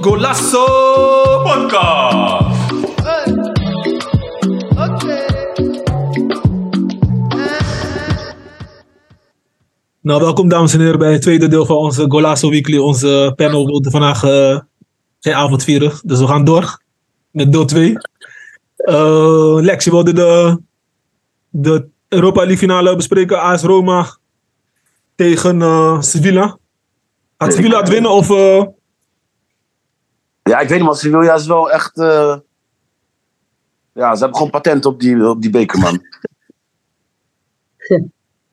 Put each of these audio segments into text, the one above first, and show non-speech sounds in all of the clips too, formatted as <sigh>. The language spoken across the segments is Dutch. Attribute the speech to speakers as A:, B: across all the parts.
A: Golasso Podcast. Nou, welkom dames en heren bij het tweede deel van onze Golasso Weekly. Onze panel wilde vandaag eh, geen avond vieren, dus we gaan door met deel 2. Lex, je wilde de, de Europa League finale bespreken. AS Roma tegen eh, Sevilla. Had Sevilla het winnen of... eh,
B: Ja, ik weet niet, maar Sevilla is wel echt. eh, Ja, ze hebben gewoon patent op die, op die beker, man.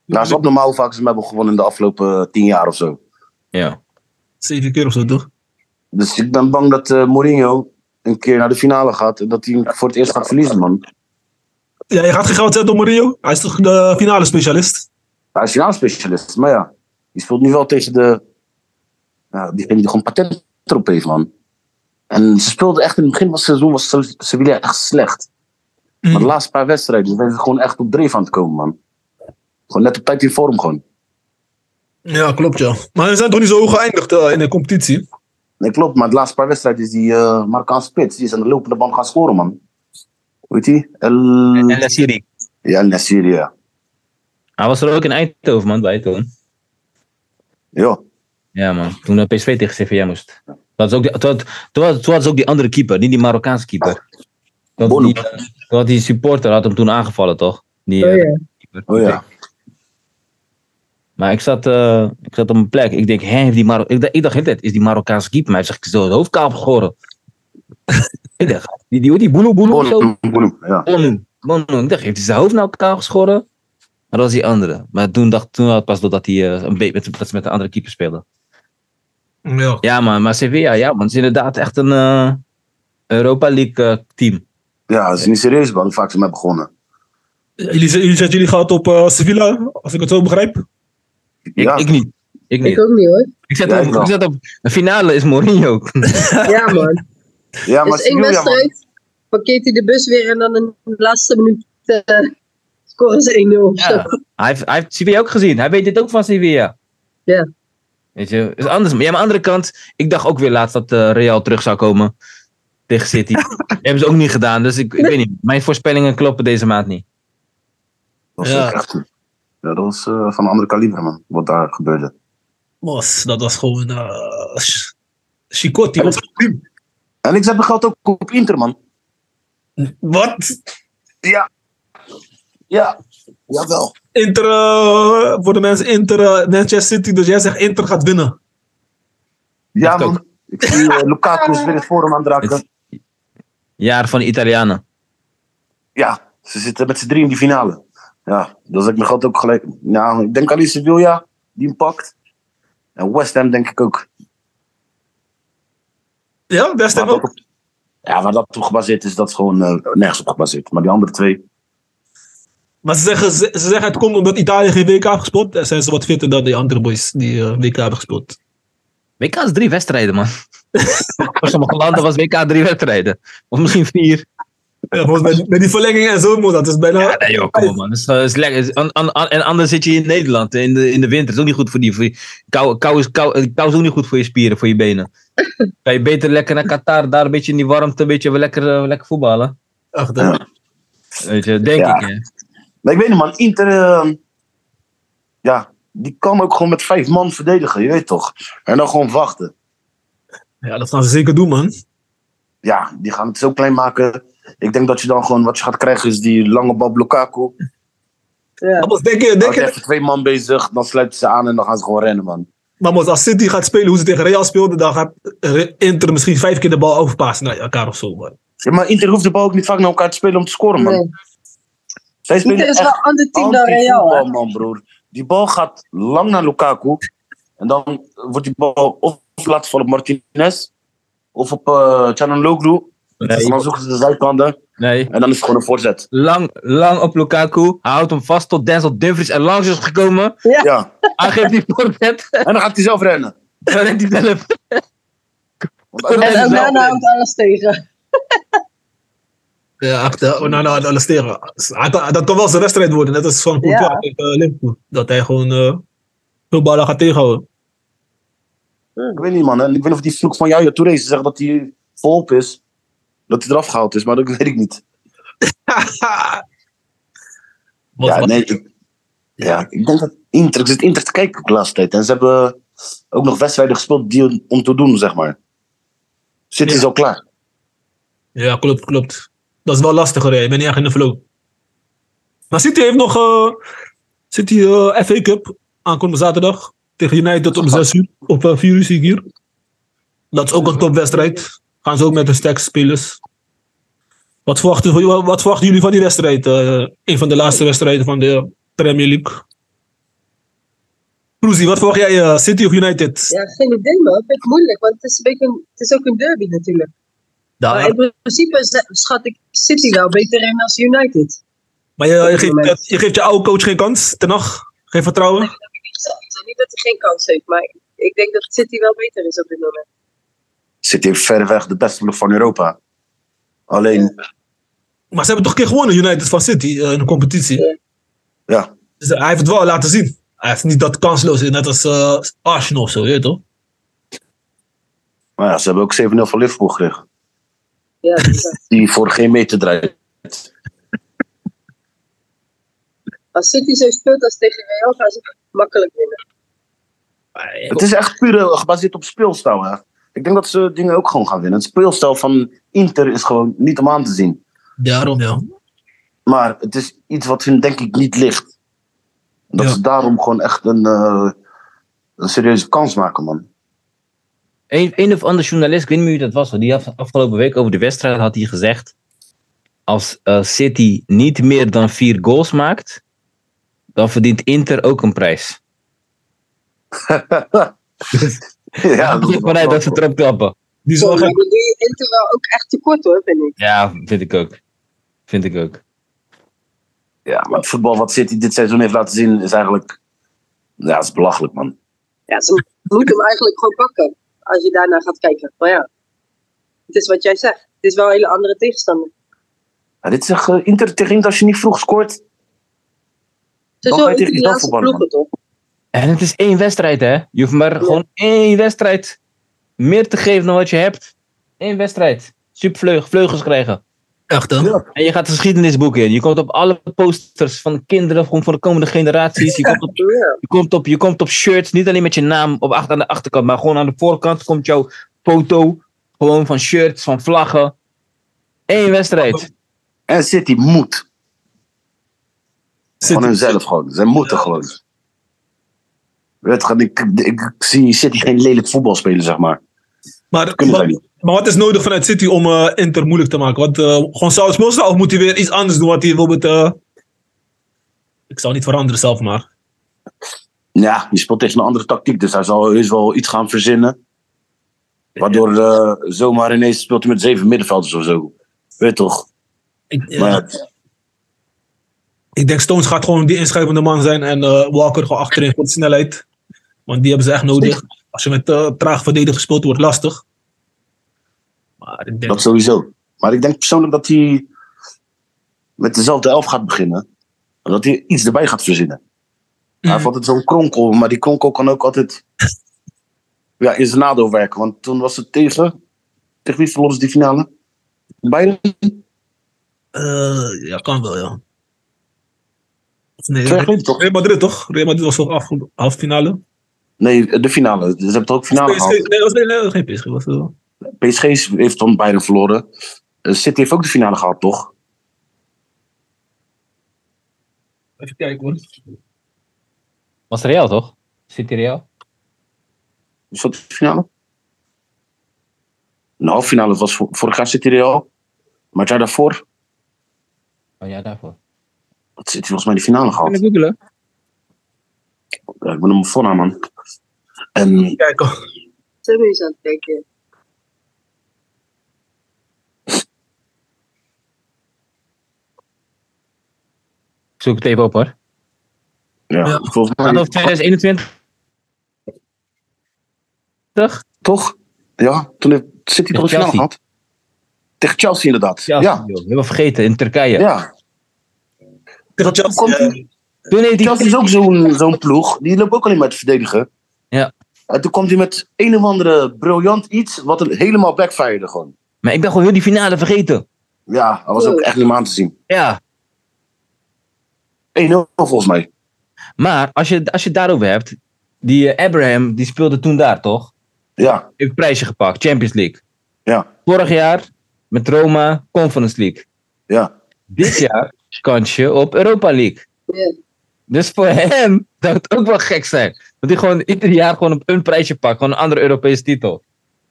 B: Nou, is abnormaal hoe vaak ze hem hebben gewonnen in de afgelopen eh, tien jaar of zo.
C: Ja.
A: Zeven keer of zo, toch?
B: Dus ik ben bang dat eh, Mourinho een keer naar de finale gaat en dat hij hem voor het eerst gaat verliezen, man.
A: Ja, je gaat geen geld zetten op Mario. Hij is toch de finale specialist?
B: Hij is finale specialist, maar ja, die speelt nu wel tegen de. Ja, diegene die gewoon patent erop heeft, man. En ze speelden echt in het begin van het seizoen, was Se- Sevilla echt slecht. Maar de laatste paar wedstrijden zijn ze gewoon echt op dreef aan het komen, man. Gewoon net op tijd in vorm, gewoon.
A: Ja, klopt ja. Maar ze zijn toch niet zo hoog geëindigd eh, in de competitie?
B: Nee, klopt, maar de laatste paar wedstrijden is die eh Marcaan Spits. Die is aan de lopende band gaan scoren, man. Weet je? El...
C: En La Serie.
B: Ja, Nassiri, ja.
C: Hij was er ook in Eindhoven, man, bij Eindhoven.
B: Ja,
C: Ja, man. Toen de PSV tegen CVM moest. Dat was ook die, toen, had- toen, had- toen had ze ook die andere keeper, niet die Marokkaanse keeper. Toen had,
B: Bono.
C: die, eh, toen had die supporter had hem toen aangevallen, toch? Die, eh,
D: Oh ja.
C: keeper.
B: oh ja.
C: Maar ik zat, eh, ik zat op mijn plek. Ik denk, hè, heeft die Marok ik, dacht, ik dacht de hele tijd, is die Marokkaanse keeper? Maar hij heeft zich zo het hoofd kaal
B: <laughs>
C: gegoren. ik dacht, die, die, die boelo boelo of zo?
B: Bonum, bonum, ja.
C: Bonu. Bonu. Ik dacht, heeft hij zijn hoofd nou kaal geschoren? Maar dat was die andere. Maar toen dacht toen had het pas doordat hij eh, een beetje met, dat ze met de andere keeper speelden.
A: Ja.
C: Ja, man, maar Sevilla, ja, man, het is inderdaad echt een eh, Europa League eh, team.
B: Ja, dat is niet serieus, man. Hoe vaak ze hem hebben begonnen.
A: Jullie, jullie zetten jullie geld op eh, Sevilla, als ik het zo begrijp.
C: Ik,
B: Ja,
C: ik niet. Ik niet.
D: Ik ook niet hoor.
B: <laughs>
C: Ik zet,
B: Ja,
C: op,
B: ik wel.
C: ik zet op. De finale is Mourinho.
D: Ja man.
B: ja maar
D: dus één
B: Sevilla, man.
D: wedstrijd, parkeert hij de bus weer en dan in de laatste minuut eh, scoren ze 1-0. of
C: <laughs>
D: zo.
C: Ja. Hij, heeft, hij heeft Sevilla ook gezien. Hij weet dit ook van Sevilla.
D: Ja.
C: Weet je, is anders. Maar ja, aan de andere kant, ik dacht ook weer laatst dat eh, Real terug zou komen tegen
D: <laughs>
C: City. hebben ze ook niet gedaan, dus ik, ik weet niet. Mijn voorspellingen kloppen deze maand niet.
B: Dat was
A: Ja.
B: eh, krachtig. Ja, dat was eh, van een andere kaliber, man. Wat daar gebeurde.
A: Was, dat was gewoon... eh, Ch- Chicotti. Wat?
B: En ik zet mijn geld ook op Inter, man.
A: Wat?
B: Ja. Ja. Jawel.
A: Inter, eh, voor de mensen Inter, eh, Manchester City. Dus jij zegt Inter gaat winnen.
B: Ja,
C: Ik ook.
B: man. Ik zie eh, Lukaku <laughs> is weer het forum aan het raken.
C: Het jaar van de Italianen.
B: ja, ze zitten met z'n drie in die finale. Ja, dan zet ik mijn geld ook gelijk. Nou, ik denk alleen Sevilla, die hem pakt. En West Ham denk ik ook.
A: Ja, best
B: Waar
A: ook.
B: dat op- ja, waar dat op gebaseerd is, dat is gewoon eh, nergens op gebaseerd. Maar die andere twee,
A: Maar ze zeggen, ze, ze zeggen het komt omdat Italië geen WK heeft gespeeld. Dan zijn ze wat fitter dan die andere boys die eh, WK hebben gespeeld.
C: WK is drie wedstrijden, man. <laughs> Voor sommige landen was WK drie wedstrijden. Of misschien vier. Ah,
A: Ja, volgens mij met die verlenging en zo, man, dat is bijna...
C: Nee, joh, kom op, man. Dat is, eh, is lekker. Is- an- an- an- en anders zit je in Nederland in de, in de winter. Dat is ook niet goed voor die. Voor je, kou, kou, is, kou, eh, kou is ook niet goed voor je spieren, voor je benen. Kan je beter lekker naar Qatar, daar een beetje in die warmte, een beetje lekker, eh, lekker voetballen.
A: Ach, dat-
B: Ja.
C: Weet je, denk
B: Ja.
C: ik. Hè.
B: Maar ik weet niet, man. Inter, eh, ja, die kan ook gewoon met vijf man verdedigen, je weet toch. En dan gewoon wachten.
A: Ja, dat gaan ze zeker doen, man.
B: Ja, die gaan het zo klein maken. Ik denk dat je dan gewoon, wat je gaat krijgen is die lange bal Lukaku. Oh,
D: Ja.
A: Mamos, denk je, denk
B: Denk
A: je,
B: even twee man bezig, dan sluiten ze aan en dan gaan ze gewoon rennen, man.
A: Mamos, als City gaat spelen hoe ze tegen Real speelden, dan gaat Re- Inter misschien vijf keer de bal overpassen naar elkaar of zo, man.
B: Ja, maar Inter hoeft de bal ook niet vaak naar elkaar te spelen om te scoren, man.
D: Nee.
B: Zij spelen
D: Inter is
B: echt
D: wel een ander team dan Real.
B: anti-voetbal,
D: hè.
B: man, broer. Die bal gaat lang naar Lukaku. En dan wordt die bal of laten vallen op Martinez. Of op eh Calhanoglu. En dan zoeken ze de zijkanten.
C: Nee.
B: En dan is het gewoon een voorzet.
C: Lang, lang op Lukaku. Hij houdt hem vast tot Denzel Dumfries er langs is gekomen.
B: Ja.
C: Hij geeft die voorzet. <laughs>
B: En dan gaat hij zelf rennen.
C: Dan neemt hij zelf.
B: Want hij
C: En
B: doet
D: En
B: het
D: ook
B: zelf.
D: daarna houdt alles tegen.
A: Ja, achter Onana en Alastera. Hij kan- Dat kan wel zijn wedstrijd worden, net als van Courtois
D: Ja.
A: tegen Liverpool. Dat hij gewoon eh, veel ballen gaat tegenhouden.
B: Ik weet niet, man. En ik weet niet of die vloek van jou, ja, Touré, ze zeggen dat hij volop is. Dat hij eraf gehaald is, maar dat weet ik niet.
A: Wat-
B: ja,
A: wat-
B: nee, ik, ja, ik denk dat Inter, ik zit Inter te kijken de laatste tijd. En ze hebben ook nog wedstrijden gespeeld die om te doen, zeg maar. City
A: Ja.
B: is al klaar.
A: Ja, klopt, klopt. Dat is wel lastiger, hè. ik ben niet echt in de flow. Maar City heeft nog eh City eh, FA Cup aankomende zaterdag tegen United om 6 uur, op eh, 4 uur zie ik hier. Dat is ook een topwedstrijd. Gaan ze ook met de sterkste spelers. Wat verwachten, van- wat verwachten jullie van die wedstrijd? eh een van de laatste wedstrijden van de Premier League. Roesie, wat verwacht jij? eh, City of United?
D: Ja, geen idee man. Ik vind het moeilijk, want het is, een beetje een- het is ook een derby natuurlijk.
C: Daar,
D: Maar in principe z- schat ik City wel beter in als United.
A: Maar je, je, geeft, je geeft je oude coach geen kans, ten nacht. Geen vertrouwen.
D: Ik zeg ik zeg niet dat hij geen kans heeft, maar ik denk dat City wel beter is op dit moment.
B: City heeft verreweg de beste ploeg van Europa. Alleen,
A: Maar ze hebben toch een keer gewonnen, United van City, eh, in de competitie.
B: ja,
A: Dus hij heeft het wel laten zien. Hij heeft niet dat kansloos, net als eh, Arsenal of zo, weet je toch?
B: maar ja, ze hebben ook 7-0 van Liverpool gekregen.
D: Ja, dat is
B: <laughs>
D: waar.
B: Die voor geen meter draait.
D: als City zo speelt als tegen Real, gaan ze makkelijk winnen.
B: Het is echt puur eh, gebaseerd op speelstijl. Hè. Ik denk dat ze dingen ook gewoon gaan winnen. Het speelstijl van Inter is gewoon niet om aan te zien.
A: Daarom, ja.
B: Maar het is iets wat hun denk ik niet ligt. Dat
A: Ja.
B: ze daarom gewoon echt een, eh, een serieuze kans maken, man. <laughs>
C: Een, een of ander journalist, ik weet niet meer wie dat was, hoor, die had afgelopen week over de wedstrijd had hij gezegd. Als eh, City niet meer dan vier goals maakt, dan verdient Inter ook een prijs.
B: ja,
C: <laughs> Goed vanuit dat ze trap klappen.
A: Die is
D: Zo,
A: wel
D: maar dan
A: gek.
D: doe je Inter wel ook echt tekort hoor, vind ik.
C: Ja, vind ik ook. Vind ik ook.
B: ja, maar het voetbal wat City dit seizoen heeft laten zien is eigenlijk... Ja, is belachelijk, man.
D: Ja, ze <laughs> moeten hem eigenlijk gewoon pakken als je daarna gaat kijken. Maar ja, het is wat jij zegt. Het is wel een hele andere tegenstander.
B: Ja, dit is echt, eh, Inter tegen Inter, als je niet vroeg scoort...
D: Zo
B: Dan ga je
D: is
B: tegen
D: de
B: Real
D: laatste
B: voetballen,
D: ploegen toch?
C: En het is één wedstrijd, hè? Je hoeft maar gewoon één wedstrijd meer te geven dan wat je hebt. Eén wedstrijd. Supervleug, vleugels krijgen.
A: Echt, hè?
B: Ja.
C: En je gaat de geschiedenisboeken in. Je komt op alle posters van kinderen, gewoon voor de komende generaties. Je komt op
D: Ja.
C: Je komt, op, je komt op shirts, niet alleen met je naam op achter, aan de achterkant, maar gewoon aan de voorkant komt jouw foto. Gewoon van shirts, van vlaggen. Eén wedstrijd.
B: En City moet. Van
A: City.
B: hunzelf gewoon. Ze moeten
A: Ja.
B: gewoon. Weet je, ik, ik, ik zie City geen lelijk voetbal spelen, zeg maar.
A: Maar,
B: Kunnen zij
A: maar,
B: niet.
A: maar wat is nodig vanuit City om eh, Inter moeilijk te maken? Want, eh gewoon Saus Mosra of moet hij weer iets anders doen? Wat hij bijvoorbeeld... eh, ik zal niet veranderen zelf, maar...
B: Ja, je speelt tegen een andere tactiek, dus hij zal heus wel iets gaan verzinnen. Waardoor eh, zomaar ineens speelt hij met zeven middenvelders of zo. Weet je toch?
A: Ik,
B: Maar
A: ja, ik denk Stones gaat gewoon die inschrijvende man zijn. En eh, Walker gewoon achterin voor de snelheid. Want die hebben ze echt nodig. Als je met eh, traag verdedigen gespeeld wordt, lastig. Maar ik denk...
B: dat sowieso. Maar ik denk persoonlijk dat hij met dezelfde elf gaat beginnen. En dat hij iets erbij gaat verzinnen. Hij heeft altijd zo'n kronkel, maar die kronkel kan ook altijd ja, in zijn nadeel werken. Want toen was het tegen. Tegen wie verloren ze die finale? Bayern?
A: Eh, ja, kan wel, ja. Of Nee,
B: Real
A: Real
B: Madrid, toch?
A: Real Madrid toch? Real Madrid was toch af, halve finale?
B: Nee, de finale. Ze hebben toch ook finale
A: PSG,
B: gehad?
A: nee, was, nee, nee, geen PSG. Was, eh,
B: PSG heeft dan Bayern verloren. Eh, City heeft ook de finale gehad, toch?
A: even kijken hoor.
C: Was Real, toch? City Real?
B: Is dat de finale? Nou, De halve finale was vo- vorig jaar City Real. Maar het jaar daarvoor
C: Oh ja, daarvoor.
B: had City volgens mij de finale gehad.
C: Kunnen googelen?
B: Ja, ik ben hem voornaam, man. En
A: Kijken.
D: Zo ben je zo aan het kijken.
C: Ik zoek het even op, hoor.
B: ja,
A: Ja.
B: volgens
C: Anno
B: mij
C: 2021. Toch?
B: toch? Ja, toen heeft City toch de finale
C: Chelsea.
B: gehad. Tegen Chelsea inderdaad. Ja,
C: Chelsea,
B: ja.
C: joh. Helemaal vergeten, in Turkije.
A: Tegen Chelsea.
B: Komt-
A: eh,
C: Toen heeft hij-
B: Chelsea is ook zo'n zo'n ploeg. Die loopt ook alleen maar te verdedigen.
C: Ja.
B: En toen kwam hij met een of andere briljant iets wat er helemaal backfirede gewoon.
C: Maar ik ben gewoon heel die finale vergeten.
B: Ja, dat was ook echt helemaal aan te zien. 1-0
C: Ja,
B: volgens mij.
C: maar als je, als je het daarover hebt. Die eh, Abraham, die speelde toen daar, toch?
B: Ja,
C: Heeft prijsje gepakt, Champions League.
B: ja,
C: Vorig jaar met Roma, Conference League.
B: ja. <laughs>
C: Dit jaar kans je op Europa League.
D: Ja.
C: Dus voor hem zou het ook wel gek zijn. Dat hij gewoon ieder jaar gewoon op een prijsje pakt. Gewoon een andere Europese titel.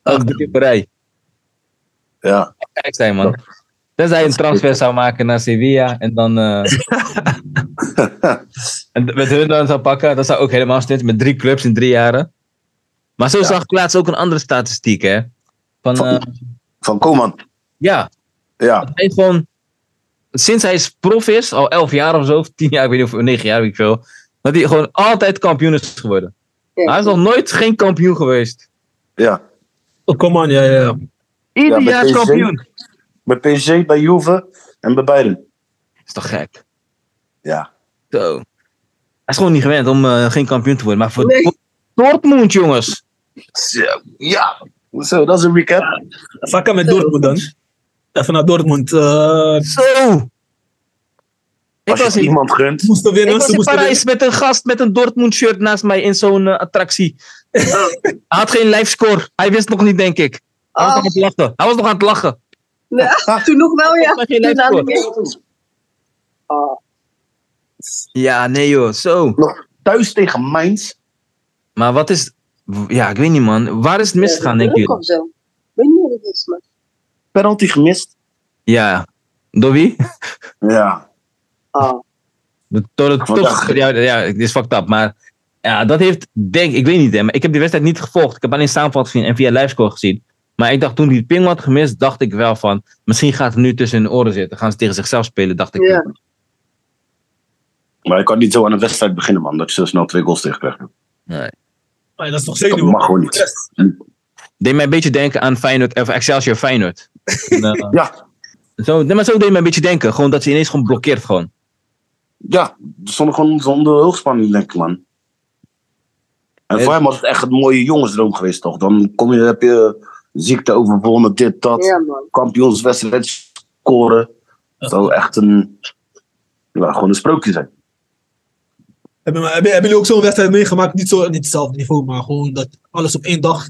B: Ah.
C: Elke drie op rij.
B: ja.
C: Gek zijn, man. Tenzij hij een transfer zou maken naar Sevilla en
B: <laughs>
C: dan. eh, en met hun dan zou pakken. Dat zou ook helemaal stunt. Met drie clubs in drie jaren. Maar zo zag ik laatst ook een andere statistiek, hè? Van,
B: Van-
C: eh,
B: Van Koeman.
C: ja,
B: Ja,
C: hij gewoon. Sinds hij is prof is, al elf jaar of zo, of tien jaar, ik weet niet of negen jaar, weet ik veel. Dat hij gewoon altijd kampioen is geworden. Hij is nog nooit geen kampioen geweest.
B: ja.
A: Oh, kom aan, ja, ja. ja.
C: Ieder
B: Ja, met
C: jaar
B: PSV.
C: kampioen.
B: Bij PSG, bij Juve en bij Bayern.
C: is toch gek?
B: Ja.
C: Zo. Hij is gewoon niet gewend om eh, geen kampioen te worden. Maar voor,
D: Nee.
C: voor Dortmund, jongens.
B: Zo, Ja. Zo, dat is een recap.
A: Vakken met Dortmund dan. Even naar Dortmund. eh
C: Zo! Ik
B: Als je
C: was
B: het
C: in,
B: iemand gunt.
A: ze moesten
C: ik
A: winnen,
C: was
A: ze
C: in
A: moesten
C: Parijs met een gast met een Dortmund shirt naast mij in zo'n eh, attractie. <laughs> hij had geen live score. Hij wist nog niet, denk ik. Hij was
D: Ah.
C: nog aan het lachen. Hij was nog aan het lachen.
D: Nee, toen nog wel, ja.
C: Volgens mij geen
D: Toen aan de
C: lijfscore.
D: wereld. Ah,
C: Ja, nee joh, zo.
B: Nog thuis tegen Mainz.
C: Maar wat is... Ja, ik weet niet man. Waar is het misgegaan,
D: ja,
C: denk
D: druk
C: je?
D: of zo. Ik weet niet wat het is, maar...
B: Penalty gemist.
C: Ja. Door wie?
B: Ja.
D: Ah,
C: De- Door de
B: Want
C: top. Ja, ja, het is fucked up. Maar ja, dat heeft, denk ik, weet niet, hè, maar ik heb die wedstrijd niet gevolgd. Ik heb alleen samenvatting gezien en via livescore gezien. Maar ik dacht toen die ping had gemist, dacht ik wel van. Misschien gaat het nu tussen hun oren zitten. Gaan ze tegen zichzelf spelen, dacht ik.
D: Ja.
B: Maar ik kan niet zo aan een wedstrijd beginnen, man. Dat je zo snel twee goals tegen krijgt.
C: Nee.
A: winnen. Ah, dat is toch
B: Dat
A: zenuw.
B: mag gewoon niet.
C: Deed mij een beetje denken aan Feyenoord, of Excelsior
D: <laughs>
C: Feyenoord. En, eh,
B: Ja,
C: zo, nee, maar zo deed mij een beetje denken. Gewoon dat ze ineens gewoon blokkeert. Gewoon.
B: ja. Zonder, gewoon, zonder hoogspanning, denk ik, man. En voor hem was het echt een mooie jongensdroom geweest, toch? Dan kom je, heb je ziekte overwonnen, dit, dat.
D: ja, man.
B: Kampioenswedstrijd scoren. Dat zou echt een... Ja, gewoon een sprookje zijn.
A: Hebben, hebben, hebben jullie ook zo'n wedstrijd meegemaakt? Niet, zo, niet hetzelfde niveau, maar gewoon dat alles op één dag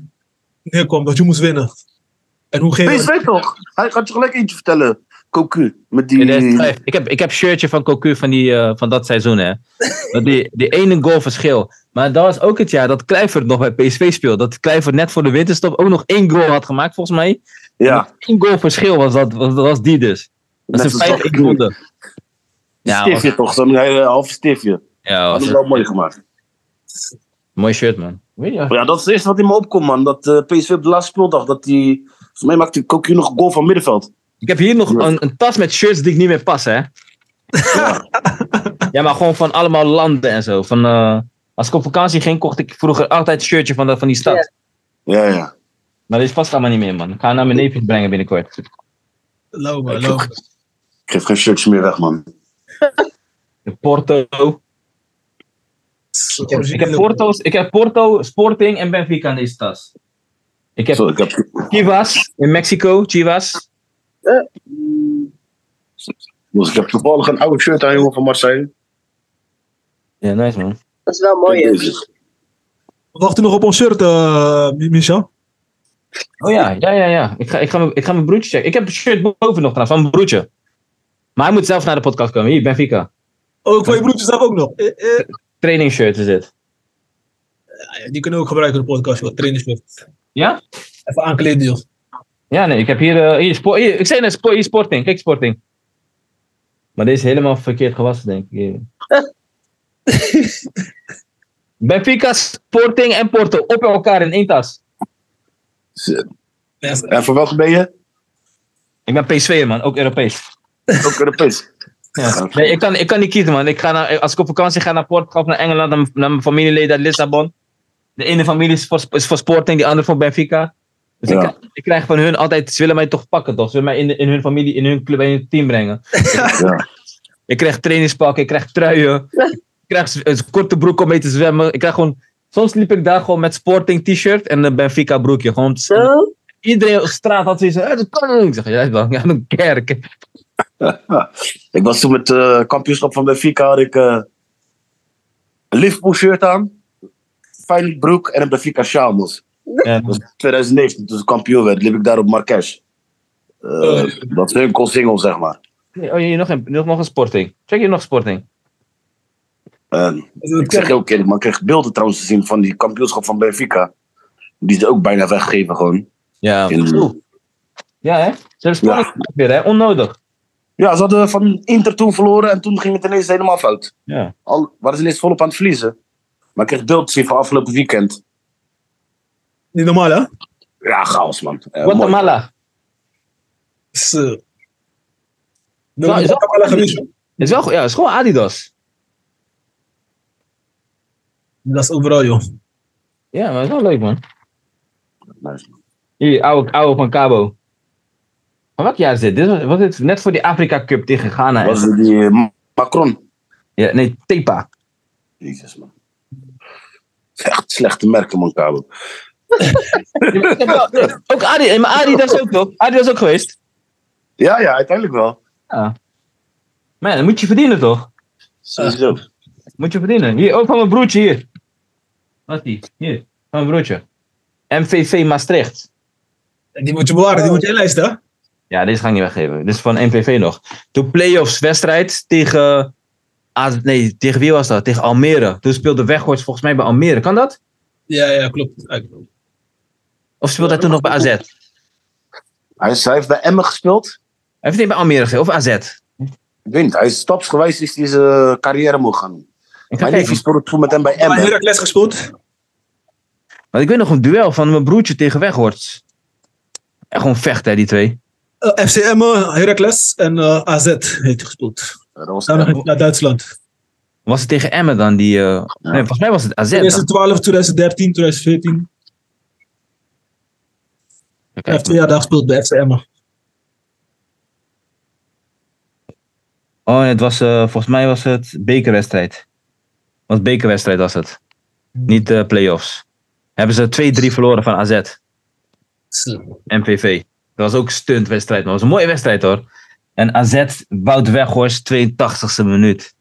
A: neerkwam. Dat je moest winnen. En hoe ging het?
B: PSV toch? Hij gaat je gelijk eentje vertellen. Cocu. Met die...
C: In de eerste vijf. Ik heb, ik heb shirtje van Cocu van, die, eh, van dat seizoen, hè. Dat die, die ene goal verschil. Maar dat was ook het jaar dat Kluivert nog bij PSV speelde. Dat Kluivert net voor de winterstop ook nog één goal had gemaakt, volgens mij.
B: Ja.
C: Eén goal verschil was dat, was, was die dus. Dat
B: Net
C: is
B: als
C: een vijf
B: dat-
C: in ronde. Ja, was-
B: Stiftje toch? Zo'n hele half stiftje.
C: ja
B: Dat
C: was
B: is
C: een
B: wel mooi gemaakt.
C: mooi shirt, man. Weet je?
B: Maar ja, dat is het eerste wat in me opkomt, man. Dat eh, PSV op de laatste speeldag, dat die... Volgens mij maakte Cocu nog een goal van
C: <laughs>
B: middenveld.
C: Ik heb hier nog een, een tas met shirts die ik niet meer pas, hè.
B: Ja.
C: Ja, maar gewoon van allemaal landen en zo. Van, eh, als ik op vakantie ging, kocht ik vroeger altijd een shirtje van, dat- van die stad.
D: Ja.
B: ja, ja.
C: Maar dit past allemaal niet meer, man. Ik ga hem naar mijn neefjes brengen binnenkort.
A: Lauw, man,
B: Ik
A: lauw.
B: ook. Ik geef geen shirtjes meer weg, man.
C: De Porto. Ik heb, ik, heb Porto's, ik heb Porto, Sporting en Benfica in deze tas. Ik heb
B: Zo, ik heb...
C: Chivas in Mexico. Chivas.
B: Dus ik heb toevallig een oude shirt aan, jongen, van Marseille.
C: Ja, nice man.
D: Dat is wel mooi,
B: Kijk
D: hè.
B: deze.
A: We wachten nog op ons shirt, eh, Mi- Michel.
C: Oh ja, ja, ja, ja. Ik ga, ik ga, mijn, ik ga mijn broertje checken. Ik heb een shirt boven nog trouwens, van mijn broertje. Maar hij moet zelf naar de podcast komen. Hier, Benfica.
A: Ook voor je broertje zelf ook nog. Eh, eh.
C: Training shirt is dit.
A: Nou Ja, ja, Die kunnen we ook gebruiken in de podcast, joh. Trainingsshirt.
C: Ja?
A: Even aankleden, joh.
C: Ja, nee. Ik heb hier... eh, hier, spo- hier, ik zei net, spo- hier Sporting. Kijk, Sporting. Maar deze is helemaal verkeerd gewassen, denk ik. <laughs> Hier. Benfica, Sporting en Porto. Op elkaar in één tas.
B: Zo.
A: Ja, is-
B: En voor welke ben je?
C: Ik ben PSV'er, man. Ook Europees.
B: Ook
C: <laughs>
B: Europees.
C: Ja. Nee, ik kan, ik kan niet kiezen, man. Ik ga naar, als ik op vakantie ga naar Portugal, of naar Engeland, naar, mijn- naar mijn familieleden uit Lissabon. De ene familie is voor, is voor Sporting, die andere voor Benfica. Dus Dus ik,
B: Ja.
C: krijg- ik krijg van hun altijd, ze willen mij toch pakken toch? Ze willen mij in, in hun familie, in hun club, in hun team brengen.
B: Ja.
C: Ik krijg trainingspakken, ik krijg truien. ik krijg z- een korte broek om mee te zwemmen. Ik krijg gewoon... Soms liep ik daar gewoon met sporting t-shirt en een Benfica broekje. Gewoon, s-
D: Zo?
C: iedereen op straat had zoiets van, "Eh, dat kan niet. Ik zeg, ja, dan, ja, dan kerk.
B: Ik was toen met het kampioenschap van Benfica, had ik eh, een Liverpool shirt aan, fijne broek en een Benfica sjaal.
C: Ja,
B: Dat was 2019, toen ze kampioen werd, liep ik daar op Marrakesh. Eh, Dat is hun single, zeg maar.
C: Nee, oh, hier nog een, nog, nog een sporting. Check hier nog sporting.
B: Eh, ik zeg heel eerlijk, man, ik kreeg beelden trouwens te zien van die kampioenschap van Benfica. Die ze ook bijna weggeven gewoon.
C: Ja.
B: In-
C: Oeh. Ja, hè? Ze hebben sporting
B: Ja.
C: gemaakt weer, hè? Onnodig.
B: Ja, ze hadden van Inter toen verloren en toen ging het ineens helemaal fout.
C: Ja.
B: Al, waren ze ineens volop aan het verliezen. Maar ik kreeg beelden te zien van afgelopen weekend.
A: Niet normaal, hè?
B: Ja, chaos, man. Eh, mooi.
C: Guatemala.
A: Dus, eh, dat
C: Nou,
A: is
C: is dat-
A: allemaal geweest, hoor.
C: Is wel, go- ja, is gewoon Adidas.
A: Dat is overal, joh.
C: Ja, maar is wel leuk, man.
B: Nice.
C: Hier, oude, oude van Cabo. Van welk jaar is dit? Dit was, was dit net voor die Afrika Cup tegen Ghana. hè?
B: Was het die eh, Ma- Macron?
C: Ja, nee,
B: <laughs>
C: Tepa.
B: Jezus, man. Echt slechte merken, man, Cabo.
C: ook Adi, eh, maar Adidas ook toch? Adidas ook geweest?
B: Ja, ja, uiteindelijk
C: Ah.
B: wel.
C: Ja. Maar ja, dat moet je verdienen, toch?
A: Ah,
B: Sowieso.
C: Moet je verdienen. Hier, ook van mijn broertje, hier. Wat die? Hier, van mijn broertje. MVV Maastricht.
A: Die moet je bewaren, die moet je inlijsten, hè?
C: Ja, deze ga ik niet weggeven. Dit is van MVV nog. Toen playoffs wedstrijd tegen... AZ nee, tegen wie was dat? Tegen Almere. Toen speelde Weghorst volgens mij bij Almere. Kan dat?
A: Ja, ja, klopt. Ja, klopt.
C: Of speelde hij toen nog bij AZ? Hij
B: Hij, is- hij heeft bij Emmen gespeeld.
C: heeft niet bij Almere gespeeld, of AZ. Ik
B: Ik weet niet, hij is stapsgewijs is hij zijn eh, carrière moet gaan doen.
C: ga
B: Mijn neefje
C: kijken.
B: speelde toen met hem bij
A: Maar
B: Emmen.
A: Heracles gespeeld.
C: Want ik weet nog een duel van mijn broertje tegen Weghorst. En gewoon vechten, hè, die twee.
A: Eh, FCM, eh, Heracles en eh, AZ heeft hij gespeeld.
B: Dat was
A: Daarna ging
B: Emmen.
A: hij naar Duitsland.
C: Was het tegen Emmen dan die... eh, Nee, volgens mij was het AZ. dan.
A: 2012, 2013, 2014. Hij heeft twee jaar daar gespeeld bij FCM.
C: Oh, nee, het was, eh, volgens mij was het bekerwedstrijd. Was bekerwedstrijd was het. Niet eh play-offs. Hebben ze 2-3 verloren van AZ. MPV. Dat was ook stuntwedstrijd, maar het was een mooie wedstrijd hoor. En AZ Wout Weghorst, 82e minuut.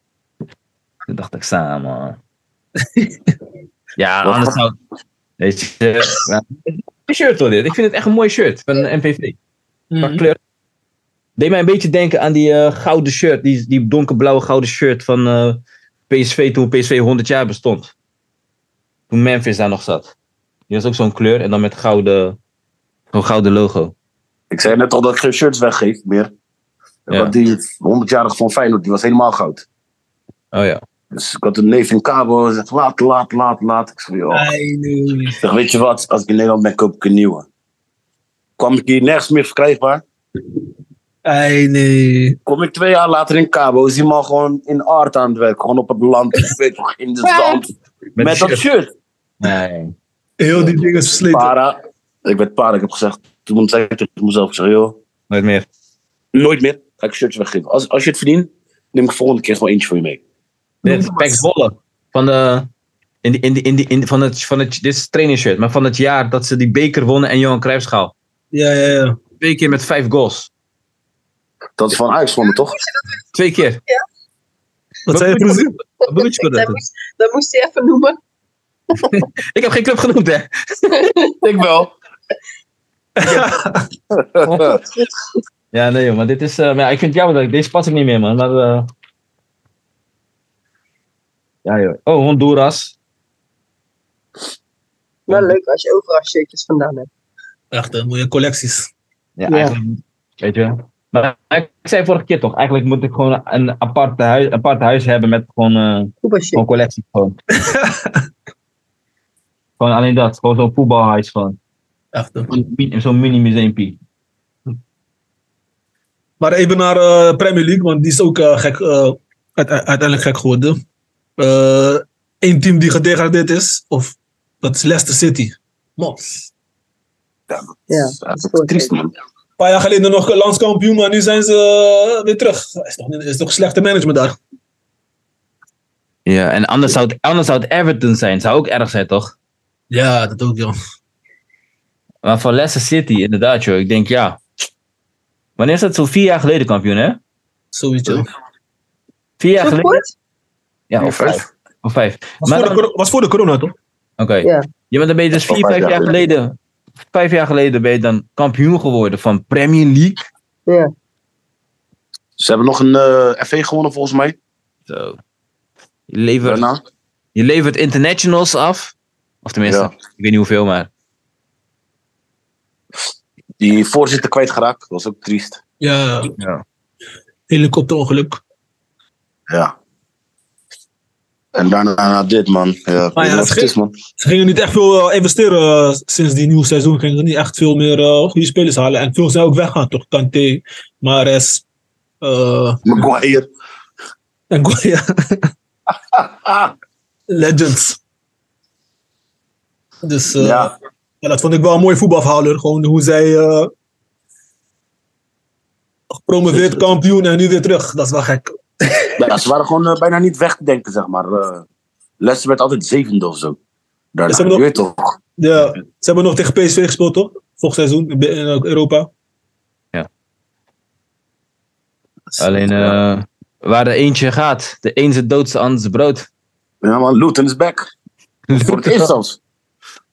C: Toen dacht ik samen. ja,
B: Wat
C: anders zou. Weet je, eh, ja. Een shirt hoor dit. Ik vind het echt een mooi shirt van de MPV. Qua
A: Mhm. Hmm.
C: kleur. Deed mij een beetje denken aan die eh, gouden shirt, die, die donkerblauwe gouden shirt van eh, PSV toen PSV 100 jaar bestond. Toen Memphis daar nog zat. Die was ook zo'n kleur en dan met gouden, zo'n gouden logo.
B: Ik zei net al dat ik geen shirts weggeef meer.
C: Ja.
B: Want die 100-jarige van Feyenoord, die was helemaal goud.
C: Oh ja.
B: Dus ik had een neef in Cabo, zegt laat, laat, laat, laat. Ik zei, joh.
A: Nee, nee.
B: Ik zeg, weet je wat, als ik in Nederland ben, koop ik een nieuwe. Kwam ik hier nergens meer verkrijgbaar.
A: Nee, nee.
B: Kom ik twee jaar later in Cabo, is die man gewoon in art aan het werk. Gewoon op het land, ik weet nog, <laughs> in de zand. Met,
C: een
B: dat shirt.
C: Nee.
A: Heel die dingen is versleten.
B: Para. Ik werd para, ik heb gezegd, toen zei ik tegen mezelf, ik zeg, joh.
C: Nooit meer.
B: Nooit meer. Ga ik shirtje weggeven. Als, als je het verdient, neem ik volgende keer gewoon eentje voor je mee.
C: Dit Pek Zwolle. Van de. In die, in die, in die, in, van het, van het, dit is het trainingsshirt, maar van het jaar dat ze die beker wonnen en Johan Cruijffschaal.
A: Ja, ja, ja.
C: Twee keer met vijf goals.
B: Dat is van Ajax gewonnen, toch?
C: Twee keer.
A: Wat zei je precies?
C: Wat bedoel je speelde
D: Dat
C: dat?
D: moest, dat moest hij even noemen.
C: Ik heb geen club genoemd, hè?
B: <laughs> Ik <laughs> wel.
C: Ja, nee, joh, maar dit is. eh, maar ja, ik vind het jammer dat ik. Deze pas ik niet meer, man. Maar, eh, Ja, joh. Oh, Honduras.
D: Wel leuk als je overal shirtjes vandaan hebt.
A: Echt, hè, mooie collecties.
C: Ja,
D: Ja.
C: eigenlijk. Weet je wel. Maar ik zei vorige keer toch, eigenlijk moet ik gewoon een apart huis, apart huis hebben met gewoon. eh,
D: Voetbal shit.
C: Gewoon collectie gewoon. gewoon alleen dat. Gewoon zo'n voetbalhuis gewoon.
A: Echt, hè.
C: Mi- Zo'n mini museumpie.
A: Maar even naar eh, Premier League, want die is ook eh, gek, eh, uite- uiteindelijk gek geworden. Eh, Eén team die gedegradeerd is, of dat is Leicester City. Mos.
B: Ja, dat
D: Ja,
B: is, dat is
D: goed.
B: triest, man.
A: Een paar jaar geleden nog landskampioen, maar nu zijn ze eh, weer terug. Is toch, is toch slechte management daar?
C: Ja, en anders zou, het, anders zou het Everton zijn. Zou ook erg zijn, toch?
A: Ja, dat ook, joh.
C: Maar voor Leicester City, inderdaad, joh. Ik denk, ja. Wanneer is dat zo? Vier jaar geleden kampioen, hè?
A: Zoiets, joh.
C: Vier jaar
D: Zo
C: geleden?
D: kort?
C: Ja, of vijf. Of vijf.
A: Was,
C: Maar
A: voor de,
C: dan- oké.
A: cor- was voor de corona, toch?
D: Ja.
C: Je bent dan ben je dus
B: Of
C: vier,
B: vijf
C: vijf
B: jaar
C: jaar geleden... Vijf jaar geleden ben je dan kampioen geworden van Premier League.
D: Ja.
B: Ze hebben nog een eh FA gewonnen, volgens mij.
C: Zo. Je levert,
B: Daarna.
C: je levert internationals af. Of tenminste,
B: Ja.
C: ik weet niet hoeveel, maar...
B: Die voorzitter kwijtgeraakt. Dat was ook triest.
A: Ja,
C: Ja.
A: helikopterongeluk.
B: Ja. En daarna na dit, man. Ja, ik weet
A: ja,
B: niet
A: het
B: wat het
A: ging-
B: is, man.
A: Ze gingen niet echt veel eh, investeren eh, sinds die nieuwe seizoen. Gingen ze niet echt veel meer eh, goede spelers halen. En veel zijn ook weggaan, toch? Kante, Mares. eh,
B: Maguire.
A: en Goya.
B: Ah,
A: <laughs> Legends. Dus eh,
B: ja.
A: ja, dat vond ik wel een mooi voetbalverhouder. Gewoon hoe zij. eh, gepromoveerd kampioen en nu weer terug. Dat is wel gek.
B: ja, ze waren gewoon eh, bijna niet weg te denken, zeg maar. Eh Leicester werd altijd zevende of zo. Daarna,
A: Ze
B: je
A: hebben
B: weet toch.
A: Ja, ze hebben nog tegen PSV gespeeld, toch? Vorig seizoen in Be- in eh, Europa.
C: Ja. Alleen, eh, waar de eentje gaat, de een zijn dood, de ander zijn brood.
B: Ja, man, Luton is back. Voor het eerst zelfs.
C: <laughs>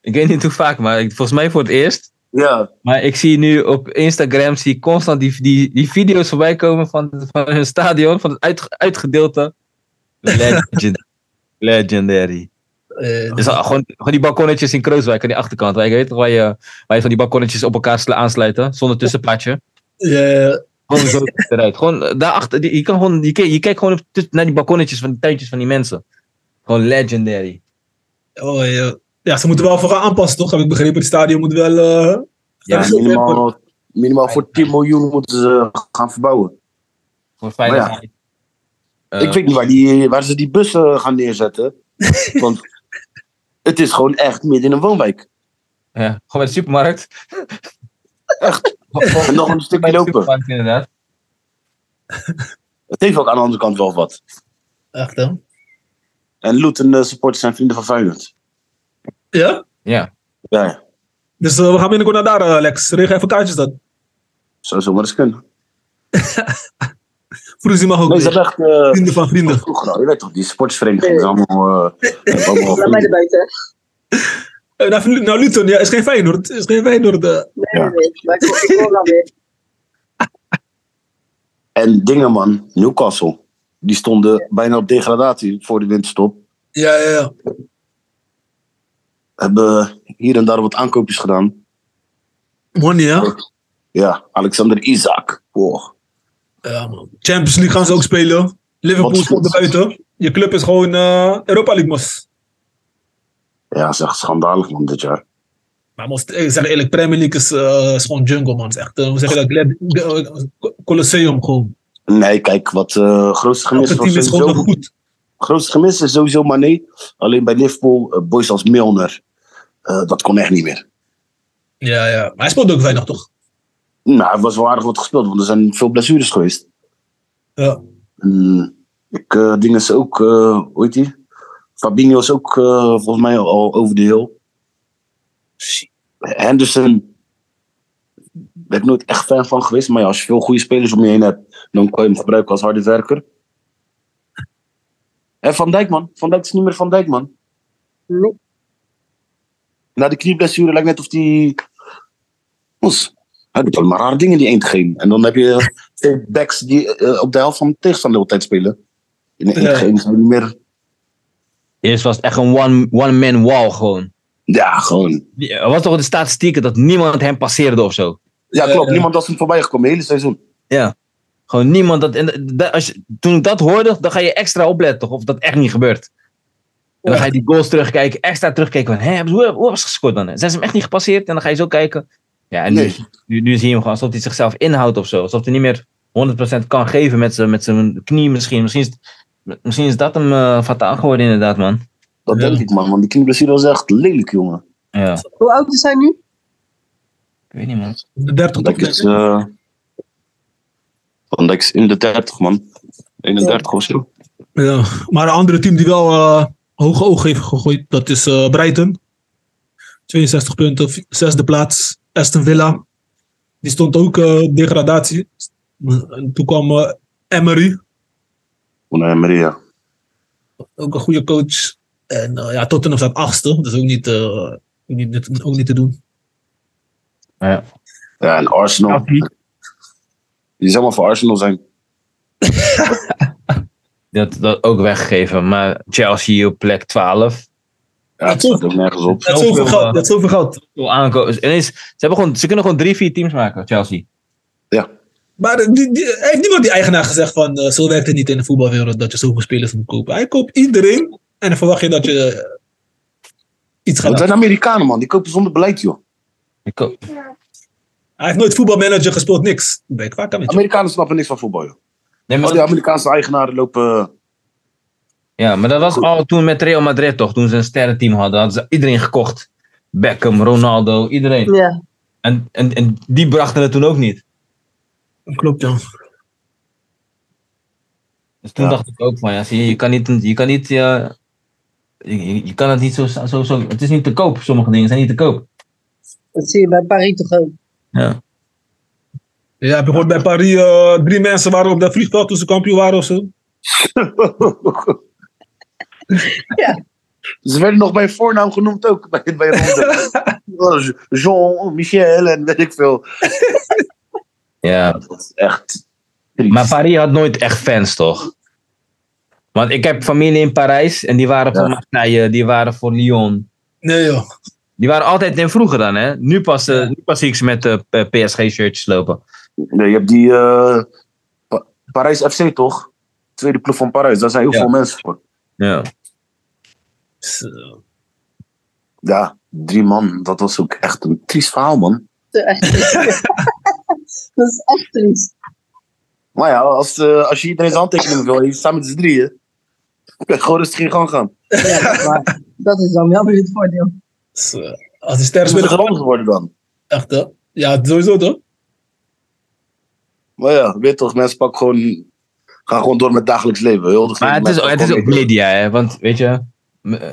C: Ik weet niet hoe vaak, maar ik- volgens mij voor het eerst.
B: Ja,
C: Maar ik zie nu op Instagram zie ik constant die, die, die video's voorbij komen van, van hun stadion, van het uit, uitgedeelte. Legend, <laughs> legendary.
A: Eh,
C: Dus al- gewoon, gewoon die balkonnetjes in Kreuzwijk aan die achterkant. Waar, ik weet toch, waar, je, waar je van die balkonnetjes op elkaar sla- aansluiten, zonder tussenpadje.
A: eh,
C: Gewoon zo <laughs> eruit. Gewoon eh, daarachter, die- je, kan gewoon, je, kijkt, je kijkt gewoon op- tussen- naar die balkonnetjes van die tuintjes van die mensen. Gewoon legendary.
A: oh, ja. ja, ze moeten wel voor gaan aanpassen, toch? Heb ik begrepen. Het stadion moet wel. eh,
C: Ja,
A: ergens op worden.
B: minimaal, minimaal voor 10 miljoen moeten ze eh, gaan verbouwen.
C: Voor veiligheid. Eh,
B: Ik weet niet waar, die, waar ze die bussen eh, gaan neerzetten. Want het is gewoon echt midden in een woonwijk.
C: ja, gewoon bij de supermarkt.
B: <laughs> En nog een
C: Bij
B: stukje
C: de
B: lopen.
C: supermarkt inderdaad.
B: Het heeft ook aan de andere kant wel wat.
A: Echt, hè?
B: En Luton eh, supporters zijn vrienden van Feyenoord.
A: Ja?
C: Ja.
B: Ja, ja.
A: Dus eh, we gaan binnenkort naar daar, eh, Lex. Regel even kaartjes dan.
B: zou zomaar eens kunnen.
A: Fruzie mag ook.
B: Nee, ze
A: mee.
B: hebben echt... eh,
A: Vrienden van vrienden.
B: vroeger al, je weet toch, die sportsverenigingen zijn allemaal...
D: <laughs>
B: eh, hebben allemaal
D: Laat mij
B: vrienden.
D: erbuiten.
A: Eh, nou, Vlu- nou, Luton, ja, is geen Feyenoord. Is geen Feyenoord. eh.
D: Nee,
B: Ja.
D: nee, nee. Maar ik hoor- ik hoor dan weer.
B: en dingen, man. Newcastle. Die stonden bijna op degradatie voor de winterstop.
A: Ja, ja, ja.
B: Hebben hier en daar wat aankoopjes gedaan.
A: Money, hè?
B: Ja, Alexander Isaac. Wow.
A: Ja, man. Champions League gaan ze ook spelen. Liverpool
B: Wat-
A: stond er buiten. Je club is gewoon eh, Europa League, mos.
B: Ja, zeg, schandalig, man, dit jaar.
A: Maar most, ik zeg eerlijk, Premier League is, eh, is gewoon jungle, man. Het is echt, eh, hoe zeg je dat? Glad- de- eh, Colosseum gewoon.
B: Nee, kijk, wat eh grootste gemis
A: Elke
B: was
A: team is gewoon
B: sowieso...
A: nog goed.
B: grootste gemis is sowieso Mané. Alleen bij Liverpool, eh, boys als Milner. eh, dat kon echt niet meer.
A: Ja, ja. Maar hij speelt ook weinig, toch?
B: Nou, het was wel aardig wat gespeeld, want er zijn veel blessures geweest.
A: Ja.
B: Mm, ik, eh ding is ook, eh hoe heet die? Fabinho is ook eh, volgens mij al over de heel. Henderson, ben ik nooit echt fan van geweest. Maar ja, als je veel goede spelers om je heen hebt, dan kan je hem gebruiken als harde werker. En Van Dijk, man. Van Dijk is niet meer Van Dijk, man.
D: Nee.
B: Na de knieblessure lijkt net of die... Ons, hij doet allemaal rare dingen, die eendgeen. En dan heb je eh, twee backs die eh, op de helft van de tegenstander de hele tijd spelen. In de
A: Ja.
B: eendgeen zijn die meer...
C: Eerst was het echt een one- one-man wall gewoon.
B: Ja, gewoon.
C: Die- Er was toch de statistieken dat niemand hem passeerde of zo.
B: Ja, klopt.
A: Eh,
B: Niemand was hem voorbij gekomen, het hele seizoen.
C: Gewoon niemand. Dat, en dat- als je- toen ik dat hoorde, dan ga je extra opletten toch, of dat echt niet gebeurt. En dan ga je die goals terugkijken, extra terugkijken. Van, hè, hebben ze- hoe, hoe hebben ze gescoord dan? Zijn ze hem echt niet gepasseerd? En dan ga je zo kijken. Ja, en nu,
B: Nee.
C: nu, nu zie je hem gewoon alsof hij zichzelf inhoudt of zo. Alsof hij niet meer 100% kan geven met zijn, met zijn knie misschien. Misschien is, misschien is dat hem eh, fataal geworden inderdaad, man.
B: Dat
A: Ja.
B: denk ik, man. Want die knieblessure was echt lelijk, jongen.
C: Ja.
D: Hoe oud is hij nu?
C: Ik weet niet, man.
A: 30
B: Van Dijk
A: toch?
B: is, eh, Van Dijk is in de 30, man. 31 of zo.
A: Ja. eh, Maar een andere team die wel eh, hoge ogen heeft gegooid, dat is eh, Brighton. 62 punten, v- zesde plaats. Aston Villa. Die stond ook eh, op degradatie. En toen kwam eh, Emery,
B: Onder Emery, ja.
A: ook een goede coach. En eh, ja, Tottenham staat achtste, dat is ook niet, eh, ook niet, ook niet te doen.
B: Ja, en Arsenal. Die zou maar voor Arsenal zijn.
C: Dat, dat ook weggegeven. Maar Chelsea op plek 12.
B: Ja, het staat ook nergens op.
A: Dat is zoveel
C: veel, eh,
A: geld. Dat is zoveel geld.
C: Veel aankopen. Dus ineens- ze, hebben gewoon, ze kunnen gewoon drie, vier teams maken, Chelsea.
A: Maar die, die, heeft niemand die eigenaar gezegd van eh, zo werkt het niet in de voetbalwereld dat je zoveel spelers moet kopen. Hij koopt iedereen en dan verwacht je dat je eh, iets gaat
B: Dat
A: doen.
B: zijn Amerikanen, man. Die kopen zonder beleid, joh.
C: Ik ko-
A: Hij heeft nooit voetbalmanager gespeeld, niks. Ik Ben ik vaak aan met je.
B: Amerikanen snappen niks van voetbal, joh.
C: Nee, maar
B: Al die Amerikaanse eigenaren lopen... eh,
C: Ja, maar dat was al toen met Real Madrid toch, toen ze een sterrenteam hadden, hadden ze iedereen gekocht. Beckham, Ronaldo, iedereen.
D: Ja.
C: En, en, en die brachten het toen ook niet.
A: Ah, Klopt, ja.
C: Dus toen
B: Ja.
C: dacht ik ook van, ja, zie je, je kan niet, je kan niet, eh, je, je- je kan het niet zo, zo, zo, het is niet te koop, sommige dingen zijn niet te koop.
D: Dat zie je bij Paris toch ook.
C: Ja.
A: Ja, heb je gehoord bij Paris eh, drie mensen waren op dat vliegveld toen ze kampioen waren of zo?
B: Ze werden nog bij voornaam genoemd ook. Bij, bij Ronde. Jean, Michel en weet ik veel.
C: ja.
B: Dat is echt... triest.
C: Maar Paris had nooit echt fans, toch? Want ik heb familie in Parijs en die waren voor Marseille, die waren voor Lyon.
A: Nee, joh.
C: Die waren altijd in vroeger dan, hè? Nu pas, eh, nu pas zie ik ze met eh, p- PSG-shirtjes lopen.
B: Nee, je hebt die eh, Pa- Parijs FC toch? Tweede ploeg van Parijs, daar zijn heel
C: Ja.
B: veel mensen voor.
C: Ja.
A: Zo.
B: Ja, drie man, dat was ook echt een triest verhaal, man.
D: <laughs> Dat is echt triest.
B: Maar ja, als, eh, als je iedereen zijn handtekening wil, en je staat met z'n drieën. <laughs> kan je Gewoon rustig in gang gaan.
D: Ja, dat, is waar. dat is dan wel weer het voordeel.
A: Zo. Als die
B: Er
A: sterren
B: is weer
A: spelen,
B: gewonnen geworden dan.
A: echt, hè? Ja, sowieso toch?
B: Maar ja, weet toch, mensen pakken gewoon. Gaan gewoon door met het dagelijks leven. Heel de
C: Maar het is,
B: mensen
C: het is ook
B: pakken
C: media, hè? Want weet je, m- eh,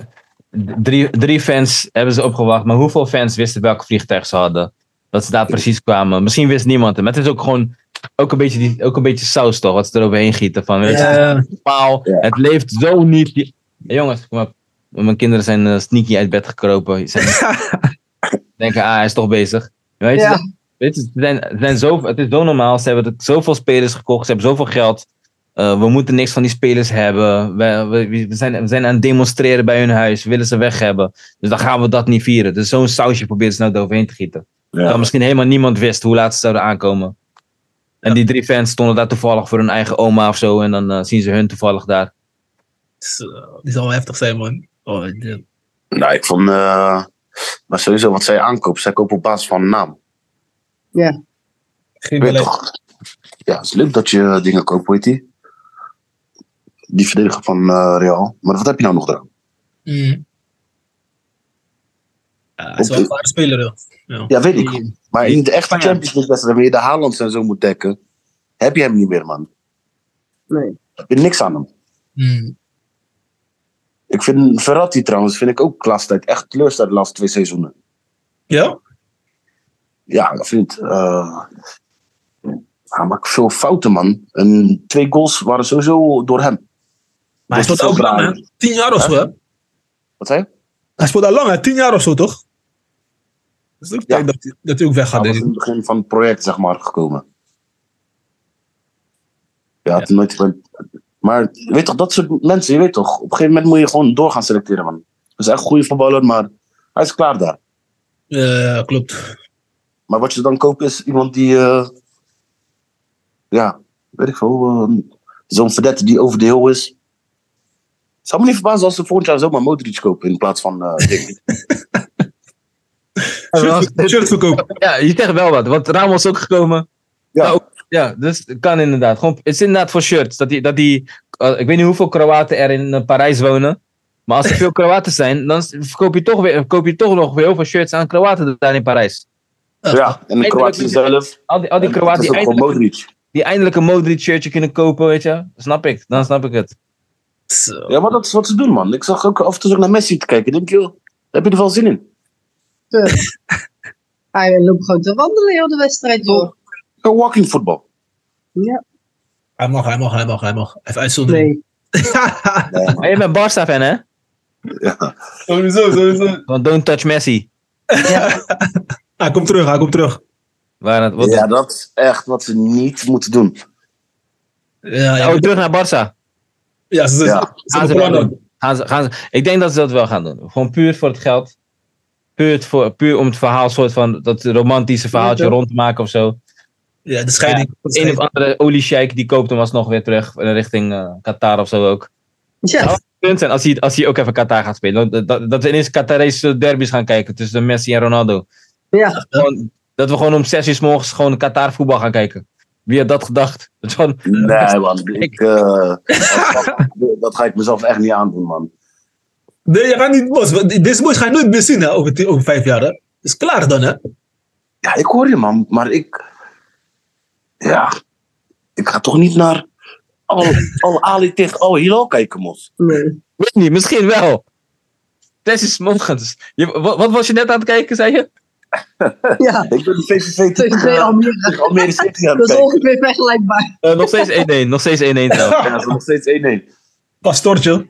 C: drie, drie fans hebben ze opgewacht, maar hoeveel fans wisten welk vliegtuig ze hadden? Dat ze daar precies kwamen. Misschien wist niemand het, maar het is ook gewoon ook een beetje, die, ook een beetje saus toch, wat ze eroverheen gieten. Van, weet je, paal, Het leeft zo niet. Die- Hey, jongens, kom op. Mijn kinderen zijn eh, sneaky uit bed gekropen. Ze Zijn, denken, ah, hij is toch bezig. Weet je,
D: Ja.
C: ze- weet je, ze zijn, ze zijn zo, het is zo normaal. Ze hebben het- zoveel spelers gekocht. Ze hebben zoveel geld. Eh, we moeten niks van die spelers hebben. We, we, we zijn, we zijn aan het demonstreren bij hun huis. We willen ze weg hebben. Dus dan gaan we dat niet vieren. Dus zo'n sausje proberen ze nou eroverheen te gieten.
B: Ja.
C: Dan misschien helemaal niemand wist hoe laat ze zouden aankomen. En die drie fans stonden daar toevallig voor hun eigen oma of zo. En dan eh, zien ze hun toevallig daar.
A: Zo. Die zal wel heftig zijn, man. Oh, ja.
B: Nou, ik vond. eh, maar sowieso wat zij aankoopt, zij kopen op basis van naam.
A: Geen
B: Ik weet
A: beleid.
B: toch. Ja, het is leuk dat je dingen koopt, weet je. Die verdediger van eh, Real. Maar wat heb je nou nog eraan?
A: Mm. Ja, hij is wel een zware speler, joh. Ja.
B: Ja, weet ik. Maar in de echte
C: Ja.
B: Champions League wedstrijd, waar je de Haalands en zo moet dekken, heb je hem niet meer, man.
D: Nee.
B: Heb je niks aan hem.
A: Mm.
B: Ik vind Verratti trouwens, vind ik ook de laatste tijd echt teleurstellend de laatste twee seizoenen.
A: Ja?
B: Ja, ik vind... eh, hij maakt veel fouten, man. En twee goals waren sowieso door hem.
A: Maar hij
B: Dat
A: speelt
B: is
A: ook
B: veel
A: lang, hè?
B: draaien.
A: Tien jaar of zo, hè?
B: Wat zei je?
A: Hij speelt al lang, hè? Tien jaar of zo, toch? Dat is ook
B: Ja.
A: tijd dat, hij- dat hij ook weggaat,
B: Hij
A: denk
B: was in
A: ik.
B: het begin van het project, zeg maar, gekomen. Ja, het is nooit... Maar je weet toch, dat soort mensen, je weet toch, op een gegeven moment moet je gewoon door gaan selecteren, man. Dat is echt een goede voetballer, maar hij is klaar daar.
A: Ja, klopt.
B: Maar wat je dan koopt is iemand die, eh, ja, weet ik veel, eh, zo'n verdette die over de heel is. Het zou me niet verbazen als ze volgend jaar zomaar Modric kopen in plaats van
C: <laughs>
B: eh Ding.
A: Shirt, shirt verkopen.
C: Ja, je zegt wel wat, want Ramos is ook gekomen.
B: Ja.
C: Nou, ja, dus het kan inderdaad. Gewoon, het is inderdaad voor shirts. Dat die, dat die, eh, ik weet niet hoeveel Kroaten er in eh, Parijs wonen.
B: <laughs>
C: Maar als er veel Kroaten zijn, dan s- verkoop je toch, weer, verkoop je toch nog weer heel veel shirts aan Kroaten daar in Parijs.
B: Ja, en de Kroatië zelf.
C: Al die, al die
B: En
C: Kroaten
B: dat
C: die,
B: is ook gewoon
C: eindelijk,
B: Modric.
C: die eindelijk een Modric-shirtje kunnen kopen, weet je. Snap ik, dan snap ik het.
A: Zo.
B: Ja, maar dat is wat ze doen, man. Ik zag ook af en toe ook naar Messi te kijken. Denk je, joh, heb je er wel zin in?
D: Hij loopt gewoon te wandelen heel de wedstrijd door.
B: Gewoon walking voetbal.
D: Ja,
A: Hij mag, hij mag, hij mag, hij mag. Even uitzonderen.
D: Oh, nee.
A: <laughs>
C: Maar je bent Barca-fan, hè?
A: sowieso, sowieso.
C: Want don't touch Messi.
D: Ja.
A: Hij komt terug, hij komt terug.
C: Waar het, <laughs> wat,
B: ja, dat is echt wat ze niet moeten doen.
A: Ja,
C: Oh,
A: ja,
C: terug naar Barca.
A: ja, ze, ze,
B: Ja.
A: ze- ze
C: Gaan ze
A: hebben
C: wel
A: plannen.
C: doen. Gaan ze, gaan ze, ik denk dat ze dat wel gaan doen. Gewoon puur voor het geld. Puur, het voor, puur om het verhaal, soort van dat romantische verhaaltje
D: Ja, toch?
C: rond te maken of zo.
A: Ja, de scheiding. De
C: Een of
A: scheiding.
C: andere oliesheik die koopt hem alsnog weer terug eh, richting eh, Qatar of zo ook.
D: ja.
C: Punt zijn als hij, als hij ook even Qatar gaat spelen. Dat, dat, dat we ineens Qatarese derbies gaan kijken tussen Messi en Ronaldo.
D: ja.
C: Gewoon, dat we gewoon om zes uur 's morgens gewoon Qatar voetbal gaan kijken. Wie had dat gedacht? <laughs> Dat is gewoon,
B: Nee,
C: <laughs>
B: man. Ik, eh, <laughs> dat- dat ga ik mezelf echt niet aandoen, man.
A: Nee, je gaat niet bos. want Deze boys ga je nooit meer zien hè, over, ti- over vijf jaar. Hè. Is klaar dan, hè?
B: Ja, ik hoor je, man. Maar ik... Ja. Ik ga toch niet naar... Al,
A: <laughs>
B: al Ali tegen Al Hilal kijken, mos.
D: Nee.
C: weet niet, misschien wel. Zes uur 's morgens. Je, wat, wat was je net aan het kijken, zei je?
D: <laughs> Ja.
B: Ik ben de VVV
D: Tussen twee
B: tegen
D: Almere.
B: tegen Almere City aan het
D: Dat is
B: kijken.
D: ongeveer vergelijkbaar.
C: Eh, nog steeds 1-1, nog steeds 1-1 trouwens.
B: Ja, dat is nog steeds 1-1.
A: Pastoortje.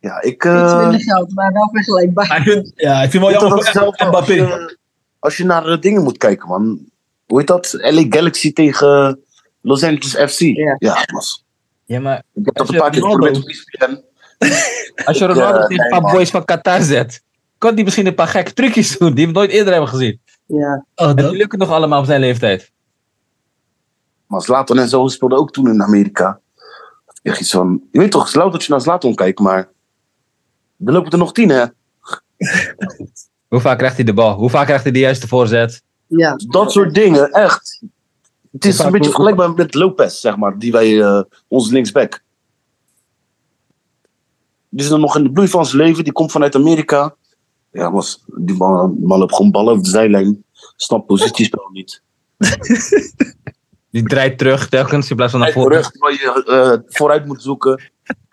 B: Ja, ik...
D: Iets
B: eh,
D: minder geld, maar wel vergelijkbaar.
A: Maar ik vind, ja, ik vind wel
B: Weet je, dat
A: jammer
B: is
A: voor
B: hetzelfde als,
A: Mbappé.
B: je, als je naar eh, dingen moet kijken, man. Hoe heet dat? LA Galaxy tegen eh, Los Angeles FC.
D: Ja.
B: Ja, mas.
C: Ja, maar
B: Ik heb dat een
C: je
B: paar keer
C: Ronaldo-
B: geprobeerd op E ESPN.
C: Als je
B: Ik,
C: Ronaldo
B: eh,
C: tegen
B: nee,
C: een paar
B: man.
C: boys van Qatar zet, kan die misschien een paar gekke trucjes doen die we nooit eerder hebben gezien.
D: Ja.
A: Oh,
C: En die
A: dat-
C: lukken nog allemaal op zijn leeftijd.
B: Maar Zlatan en zo speelden ook toen in Amerika. Echt iets van... Je weet toch, het is lauw dat je naar Zlatan kijkt, maar... Er lopen er nog tien, hè?
C: Hoe vaak krijgt hij de bal? Hoe vaak krijgt hij de juiste voorzet?
D: Ja.
B: Dat soort dingen, echt. Het
A: Hoe
B: is een
A: vaak-
B: beetje vergelijkbaar met Lopez, zeg maar. Die wij, eh onze linksback. Die is dan nog in de bloei van zijn leven. Die komt vanuit Amerika. Ja, was, die man, man loopt gewoon ballen over de zijlijn. Snapt positiespel niet.
C: Die draait terug telkens in plaats van naar
B: Voor
C: voren.
B: rug waar je eh, vooruit moet zoeken.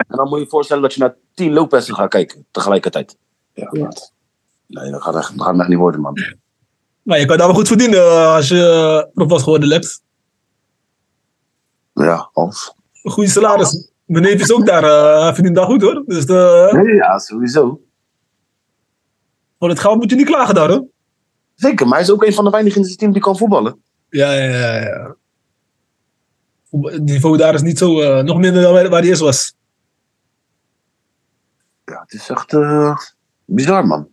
B: En dan moet je je voorstellen dat je naar tien Lopez'en gaat kijken. Tegelijkertijd. Ja,
D: Ja.
B: dat- Nee, dat gaat, echt, dat gaat echt niet worden, man.
A: Maar je kan daar wel goed verdienen eh, als je eh, prof was geworden hebt.
B: Ja, als.
A: Goede salaris. Mijn neef is ook daar. eh, Hij verdient daar goed hoor. Dus eh,
B: Nee, ja, sowieso.
A: voor het geld moet je niet klagen daar hoor.
B: Zeker, maar hij is ook een van de weinigen in zijn team die kan voetballen.
A: Ja, ja, ja. ja. Voetbal- Het niveau daar is niet zo. eh, nog minder dan waar waar hij eerst was.
B: Ja, het is echt eh, bizar, man.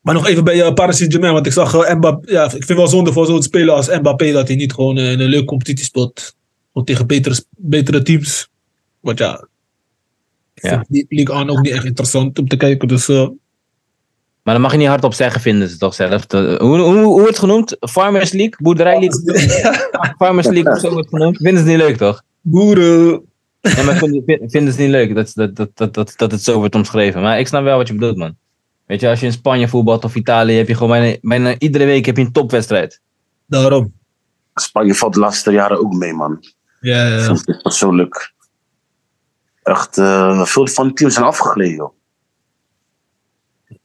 A: Maar nog even bij eh, Paris Saint-Germain. Want ik zag eh, Mbappé. Ja, ik vind wel zonde voor zo'n speler als Mbappé. dat hij niet gewoon eh, in een leuke competitie speelt. Gewoon tegen betere, sp- betere teams. Want ja. Ik
C: Ja.
A: vind die league aan ook niet echt interessant om te kijken. Dus. eh,
C: Maar dan mag je niet hardop zeggen, vinden ze toch zelf. De- Hoe, hoe, hoe wordt het genoemd? Farmers League? Boerderij League? <laughs> Farmers League of zo wordt het genoemd. Vinden ze niet leuk, toch?
A: boeren.
C: Ja, maar vinden, vin- vinden ze niet leuk dat, dat, dat, dat, dat, dat het zo wordt omschreven. Maar ik snap wel wat je bedoelt, man. Weet je, als je in Spanje voetbalt of Italië, heb je gewoon bijna, bijna iedere week heb je een topwedstrijd.
A: Daarom.
B: Spanje valt de laatste jaren ook mee, man.
A: Ja, ja, ja.
B: Vind ik persoonlijk. Echt, eh, veel van de teams zijn afgegleden, joh.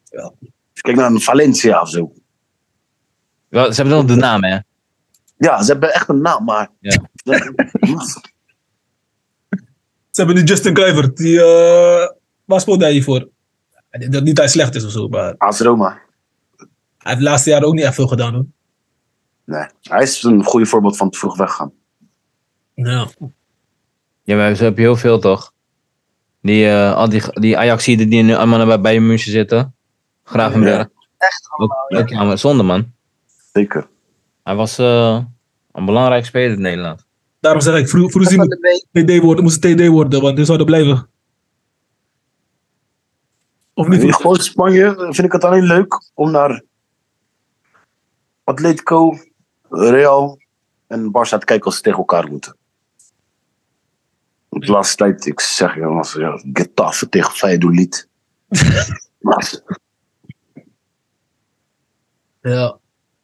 A: Ja.
B: Dus Kijk naar een Valencia of zo.
C: Wel, ze hebben wel de naam, hè?
B: Ja, ze hebben echt een naam, maar... <laughs>
C: Ja.
A: Ze hebben nu Justin Kluivert. Die, eh, waar speelt hij hiervoor? Dat niet dat hij slecht is of zo, maar
B: AS Roma.
A: hij heeft de laatste jaren ook niet echt veel gedaan hoor.
B: Nee, hij is een goede voorbeeld van te vroeg weggaan.
A: Ja.
C: Ja, maar ze hebben heel veel, toch? Die, eh, al die, die Ajaxiden die nu allemaal bij Bayern München zitten. Gravenberg.
B: Ja.
D: Echt allemaal.
C: Ook- ook- ja, maar zonde, man.
B: Zeker.
C: Hij was eh, een belangrijk speler in Nederland.
A: Daarom zeg ik, Fro- Froesie
D: Van
A: moet
D: de B.
A: TD worden, moest TD worden, want hij zou er blijven. Of niet?
B: Nu gewoon Spanje eh, vind ik het alleen leuk om naar Atletico, Real en Barça te kijken als ze tegen elkaar moeten. Want De laatste tijd, ik zeg je, was ja, Getafe tegen Feyenoord. Maar
C: Ja.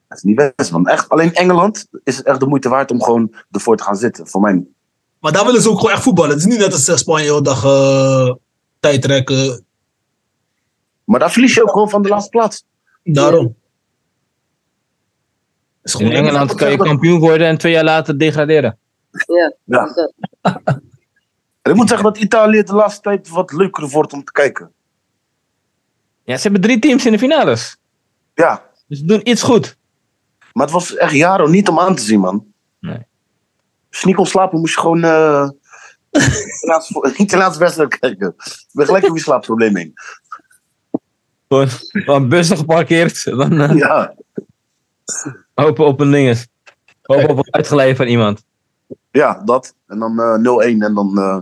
B: Dat is niet best, man. Echt, alleen Engeland is het echt de moeite waard om gewoon ervoor te gaan zitten, voor mij.
A: Maar daar willen ze ook gewoon echt voetballen. Het is niet net als eh, Spanje, heel dag eh, tijdrekken.
B: Maar daar verlies je ook gewoon van de laatste plaats.
A: Daarom. Het is
C: In
A: gewoon
C: Engeland kan je kampioen worden en twee jaar later degraderen.
B: Ja.
D: Dus, eh,
B: En ik moet zeggen dat Italië de laatste tijd wat leuker wordt om te kijken.
C: Ja, ze hebben drie teams in de finales.
B: Ja,
C: Dus ze doen iets goed.
B: maar het was echt jaren niet om aan te zien, man.
C: Nee.
B: Sneak ontslapen moest je gewoon. eh niet de laatste wedstrijd kijken. Ik ben gelijk over je slaapprobleem heen.
C: Gewoon gewoon bussen geparkeerd. <laughs> Dan eh,
B: Ja.
C: hopen op een dinges. Hopen op een uitgeleide van iemand.
B: Ja, dat. En dan eh 0-1. En dan. eh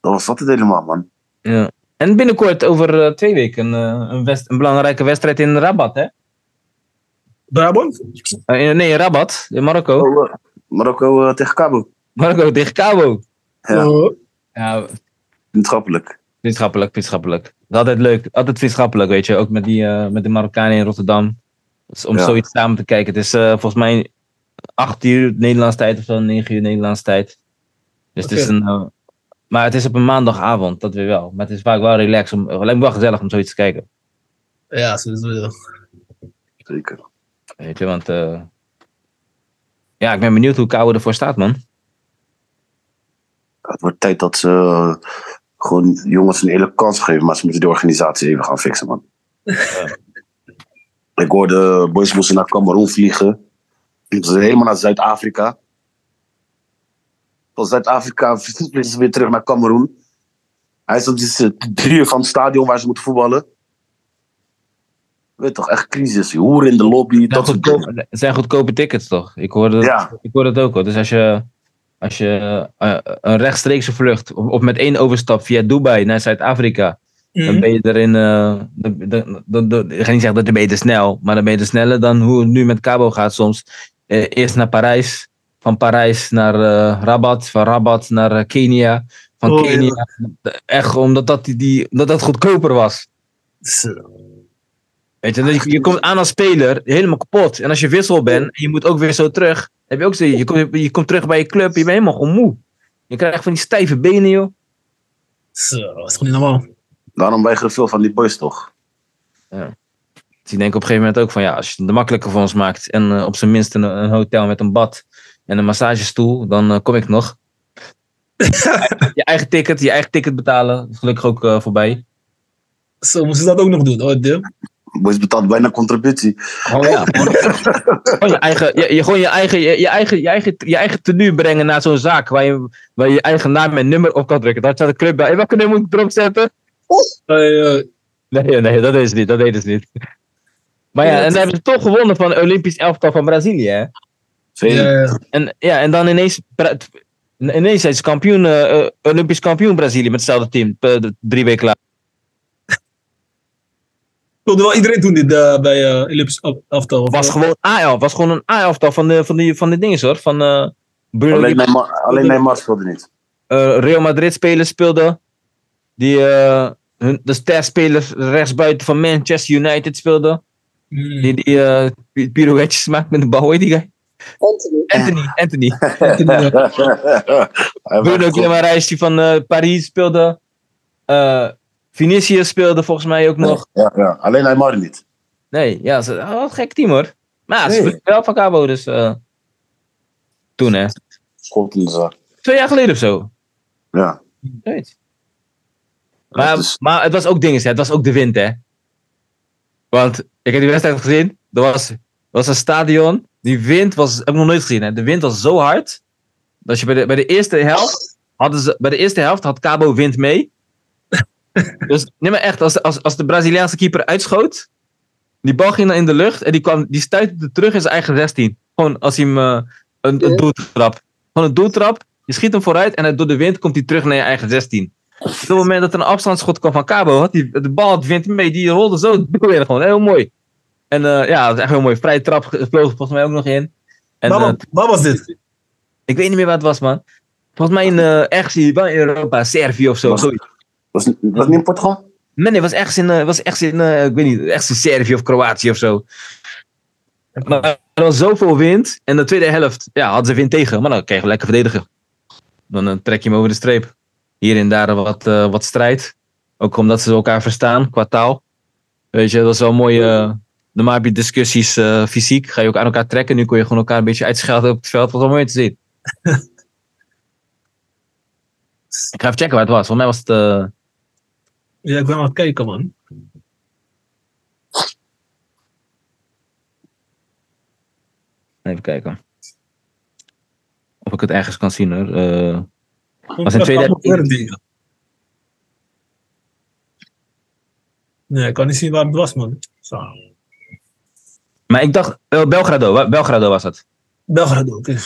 B: dan was dat het helemaal, man.
C: Ja. En binnenkort over eh, twee weken eh, een, west- een belangrijke wedstrijd in Rabat, hè?
A: Brabant?
C: Eh, in- nee, in Rabat, in Marokko.
B: Oh, eh, Marokko eh, tegen Cabo.
C: Marokko tegen Cabo.
B: Ja.
A: Eh,
C: Ja,
B: Maatschappelijk.
C: vriendschappelijk, vriendschappelijk. Dat is altijd leuk, altijd vriendschappelijk, weet je. Ook met, die, eh, met de Marokkanen in Rotterdam. Dus om
B: Ja.
C: zoiets samen te kijken. Het is eh, volgens mij 8 uur Nederlands tijd of zo, 9 uur Nederlands tijd. Dus het is
A: Oké.
C: een. eh, maar het is op een maandagavond, dat weer wel. Maar het is vaak wel relaxed, om, het lijkt me wel gezellig om zoiets te kijken.
A: ja, sowieso.
B: Zeker.
C: Weet je, want. eh, ja, ik ben benieuwd hoe Kouwe ervoor staat, man.
B: Het wordt tijd dat ze. eh, gewoon jongens een eerlijke kans geven. Maar ze moeten de organisatie even gaan fixen, man. Ik hoorde. eh, Boys moesten naar Cameroen vliegen. Ze zijn helemaal naar Zuid-Afrika. Van Zuid-Afrika <laughs> vliegen ze weer terug naar Cameroen. Hij is op die eh, drie uur van het stadion waar ze moeten voetballen. Weet toch, echt crisis. Hoeren in de lobby.
C: Het
B: Dat
C: zijn,
B: soort dingen.
C: goedkope, het zijn goedkope tickets, toch? Ik hoorde dat,
B: Ja.
C: ik hoorde dat ook hoor. Dus als je, als je eh, een rechtstreekse vlucht of, of met één overstap via Dubai naar Zuid-Afrika,
A: Mm. Mhm.
C: dan ben je erin. eh, dan- dan- dan- dan- ik ga niet zeggen dat ben je te snel, maar dan ben je te sneller dan hoe het nu met Cabo gaat soms. Eh, eerst naar Parijs, van Parijs naar eh, Rabat, van Rabat naar eh, Kenia, van
A: Oh, ja.
C: Kenia. Echt omdat dat, die, die, omdat dat goedkoper was. Weet je, dat je, je komt aan als speler helemaal kapot. En als je wissel bent en je moet ook weer zo terug, heb je ook zo, je, komt, je komt terug bij je club, je bent helemaal gewoon moe. Je krijgt van die stijve benen, joh.
A: Zo, dat is gewoon niet normaal.
B: Daarom weigeren veel van die boys toch.
C: Dus ik denk op een gegeven moment ook van ja, als je het makkelijker voor ons maakt en eh, op zijn minst een, een hotel met een bad en een massagestoel, dan eh, kom ik nog. je eigen ticket, je eigen ticket betalen, is gelukkig ook eh, voorbij.
A: Zo, moesten ze dat ook nog doen? Oh, damn.
B: Boys betaalt bijna contributie.
C: Gewoon Oh ja. Gewoon, <laughs> gewoon je eigen, je, je- gewoon je eigen, je, je eigen, je eigen, je eigen tenue brengen naar zo'n zaak waar je, waar je eigen naam en nummer op kan drukken. Daar staat een club bij. Hey, welke nummer moet ik erop zetten?
A: Eh, eh,
C: Nee, nee, dat is niet, dat deden ze niet. Maar ja, en dan hebben ze toch gewonnen van de Olympisch elftal van Brazilië. Hè?
B: Veel.
A: ja, ja.
C: En ja, en dan ineens, pra- ineens zijn ze kampioen, eh, eh, Olympisch kampioen Brazilië met hetzelfde team, eh, d- drie weken later.
A: Wilde wel iedereen toen dit eh, bij eh Olympisch af- aftal. of-
C: Was gewoon A-elf, was gewoon een A-elftal van de, van die, van de dingen hoor, van eh, Bruno
B: Alleen Neymar, alleen Neymar speelde niet. <laughs>
C: eh, Real Madrid-spelers speelden. Die, eh, hun, de sterspelers rechtsbuiten van Manchester United speelden.
A: Mm.
C: Die, die eh, pi- pirouetjes maakt met de bal, hoe heet die guy?
D: Anthony.
C: Anthony, Anthony.
A: Ja,
B: Hij
C: Bruno
B: was-
C: Guimaraes, die van eh, Paris speelde. Eh Vinicius speelde volgens mij ook nog.
B: Ja, ja. Alleen Neymar niet.
C: Nee, ja, ze, oh, wat een gek team hoor. Maar ja, ze
B: Nee.
C: speelden wel van Cabo, dus... eh, toen hè.
B: Schot in de zak.
C: Twee jaar geleden of zo.
B: Ja.
C: Zoiets. Maar,
B: Dat is-
C: maar het was ook dingen, hè. het was ook de wind, hè. Want ik heb die wedstrijd gezien. Er was, er was een stadion. Die wind was, heb ik nog nooit gezien, hè. De wind was zo hard. Dat je bij de, bij de eerste helft. Hadden ze, bij de eerste helft had Cabo
B: <laughs>
C: wind mee. dus nee, maar echt, als, als, als de Braziliaanse keeper uitschoot. Die bal ging dan in de lucht en die, kwam, die stuitte terug in zijn eigen 16. Gewoon als hij hem eh, een, een
D: Ja.
C: doeltrap. Gewoon een doeltrap. Je schiet hem vooruit en door de wind komt hij terug naar je eigen 16. Op het moment dat er een afstandsschot kwam van Cabo, had die, de bal had wind mee, die rolde zo <laughs> het doel in. Gewoon heel mooi. En eh, ja, dat is echt heel mooi. Vrij trap ge- vloog volgens mij ook nog in. <laughs> En,
A: waar,
C: eh,
A: wa- waar was dit?
C: ik weet niet meer wat het was, man. Volgens mij in eh ergens hier, wel in Europa, Servië of zo.
B: Was-
C: zoiets.
B: Was, was niet in Portugal?
C: Nee, nee, was echt in, eh, was echt in eh, ik weet niet, echt in Servië of Kroatië of zo. Maar er was zoveel wind. En de tweede helft, ja, hadden ze wind tegen. Maar dan kan je gewoon lekker verdedigen. Dan eh, trek je hem over de streep. Hier en daar wat, eh, wat strijd. Ook omdat ze elkaar verstaan qua taal. Weet je, dat was wel mooi. eh normaal heb je discussies eh, fysiek. Ga je ook aan elkaar trekken. Nu kon je gewoon elkaar een beetje uitschelden op het veld. Wat wel mooi te zien. Ik ga even checken waar het was. Volgens mij was het... eh,
A: Ja, ik ben aan het kijken, man.
C: Even kijken. Of ik het ergens kan zien hoor. Eh,
A: Was in 2010. Nee, ik kan niet zien waar het was, man. Zo.
C: maar ik dacht, eh, Belgrado. wa- Belgrado was het.
A: Belgrado, oké.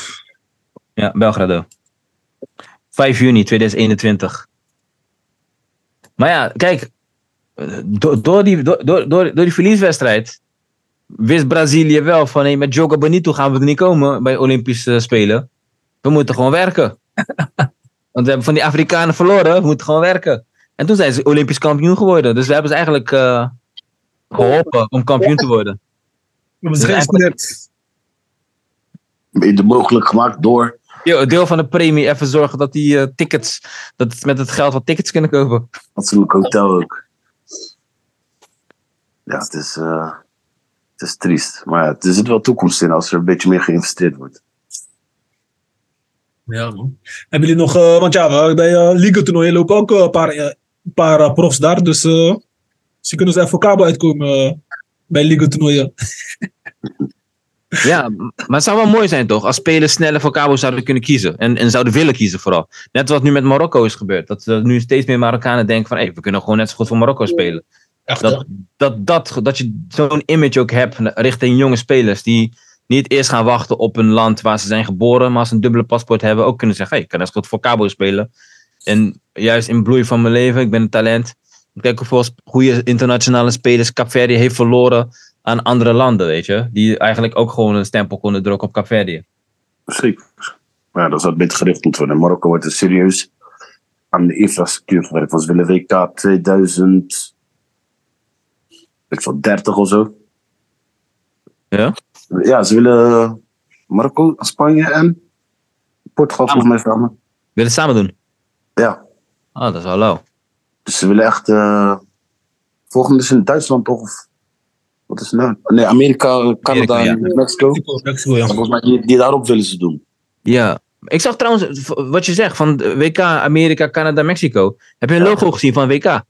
C: Ja, Belgrado. 5 juni 2021. Maar ja, kijk. eh, Door, door, die, door, door, door door die verlieswedstrijd wist Brazilië wel van hey, met Jogo Bonito gaan we er niet komen bij Olympische Spelen. We moeten gewoon werken. Want we hebben van die Afrikanen verloren, we moeten gewoon werken. En toen zijn ze Olympisch kampioen geworden. Dus we hebben ze eigenlijk eh, geholpen om kampioen te worden.
A: We hebben ze geïnspireerd.
B: Mede mogelijk gemaakt door.
C: Yo, Een deel van de premie even zorgen dat die eh, tickets, dat het met het geld wat tickets kunnen kopen.
B: Fatsoenlijk hotel ook. Ja, het is, eh, het is triest. Maar ja, er zit wel toekomst in als er een beetje meer geïnvesteerd wordt.
A: Ja, man. Hebben jullie nog, eh, want ja, bij eh Liga-toernooien lopen ook eh, een paar, eh, een paar eh, profs daar. Dus eh, ze kunnen ze even voor kabel uitkomen eh, bij Liga-toernooien.
C: Ja, m- maar het zou wel mooi zijn toch? Als spelers sneller voor Cabo zouden kunnen kiezen. En, en zouden willen kiezen vooral. Net wat nu met Marokko is gebeurd. Dat er nu steeds meer Marokkanen denken van... Hey, we kunnen gewoon net zo goed voor Marokko spelen.
A: Echt,
C: Dat,
A: eh,
C: dat, dat, dat je zo'n image ook hebt richting jonge spelers... die niet eerst gaan wachten op een land waar ze zijn geboren... maar als ze een dubbele paspoort hebben ook kunnen zeggen... Hey, ik kan net zo goed voor Cabo spelen. En juist in bloei van mijn leven, ik ben een talent. Kijk hoeveel sp- goede internationale spelers Capverdi heeft verloren aan andere landen, weet je. Die eigenlijk ook gewoon een stempel konden drukken op Capverdi.
B: Misschien. Maar ja, dat zou het beter gericht moeten worden. In Marokko wordt er serieus aan de infrastructuur gewerkt. Was willen WK 2000. Ik zal 30 of zo.
C: Ja?
B: Ja, ze willen Marokko, Spanje en Portugal volgens mij samen.
C: Wil het samen doen?
B: Ja,
C: Ah, dat is wel lauw.
B: dus ze willen echt. eh, volgende is in Duitsland toch? Of, wat is het nou? Nee, Amerika, Canada
C: Amerika, ja.
B: en Mexico.
A: Mexico, Mexico, ja.
B: Volgens mij die, die daarop willen ze doen.
C: Ja. Ik zag trouwens v- wat je zegt van eh, WK, Amerika, Canada, Mexico. Heb je een logo gezien van WK? Nee,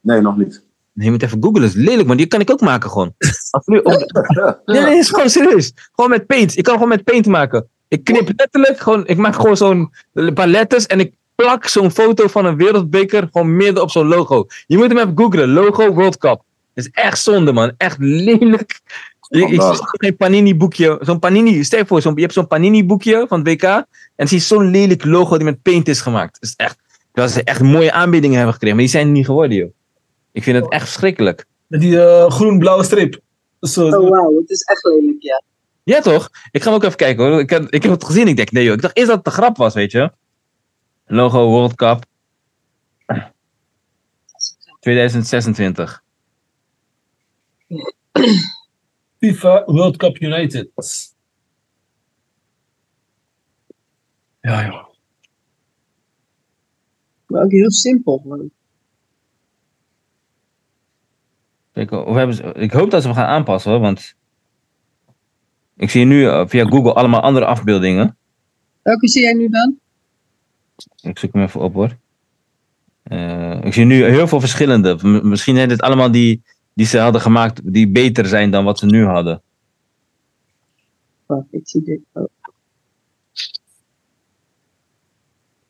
B: Nee, nog niet.
C: je moet even googlen. Dat is lelijk, man. Die kan ik ook maken gewoon. Als
B: <laughs>
C: nu op... Nee, nee, is gewoon serieus. Gewoon met paint. Ik kan gewoon met paint maken. Ik knip letterlijk gewoon... Ik maak gewoon zo'n een paar letters en ik plak zo'n foto van een wereldbeker gewoon midden op zo'n logo. Je moet hem even googlen. Logo World Cup. Dat is echt zonde, man. Echt lelijk. Ik, ik zie
B: Schandalig.
C: geen panini boekje. Zo'n panini, stel je voor, zo'n- je hebt zo'n panini boekje van het WK. En dan zie je zo'n lelijk logo die met paint is gemaakt. Dat is echt, dat ze echt mooie aanbiedingen hebben gekregen. Maar die zijn er niet geworden, joh. Ik vind het echt verschrikkelijk.
A: Met die eh, groen-blauwe streep. Dus, eh,
D: Oh wauw, het is echt lelijk, ja.
C: Ja, toch? Ik ga hem ook even kijken hoor. Ik heb, ik heb het gezien. Ik denk, nee joh. Ik dacht eerst dat het een grap was, weet je. Logo World Cup 2026.
A: FIFA World Cup United. Ja, joh.
D: Maar ook heel simpel gewoon.
C: Kijken, of hebben ze, ik hoop dat ze hem gaan aanpassen hoor, want ik zie nu eh, via Google allemaal andere afbeeldingen.
D: Welke zie jij nu dan?
C: Ik zoek hem even op hoor. Eh, ik zie nu heel veel verschillende. M- misschien zijn dit allemaal die, die ze hadden gemaakt die beter zijn dan wat ze nu hadden.
D: Oh, ik zie dit. Oh.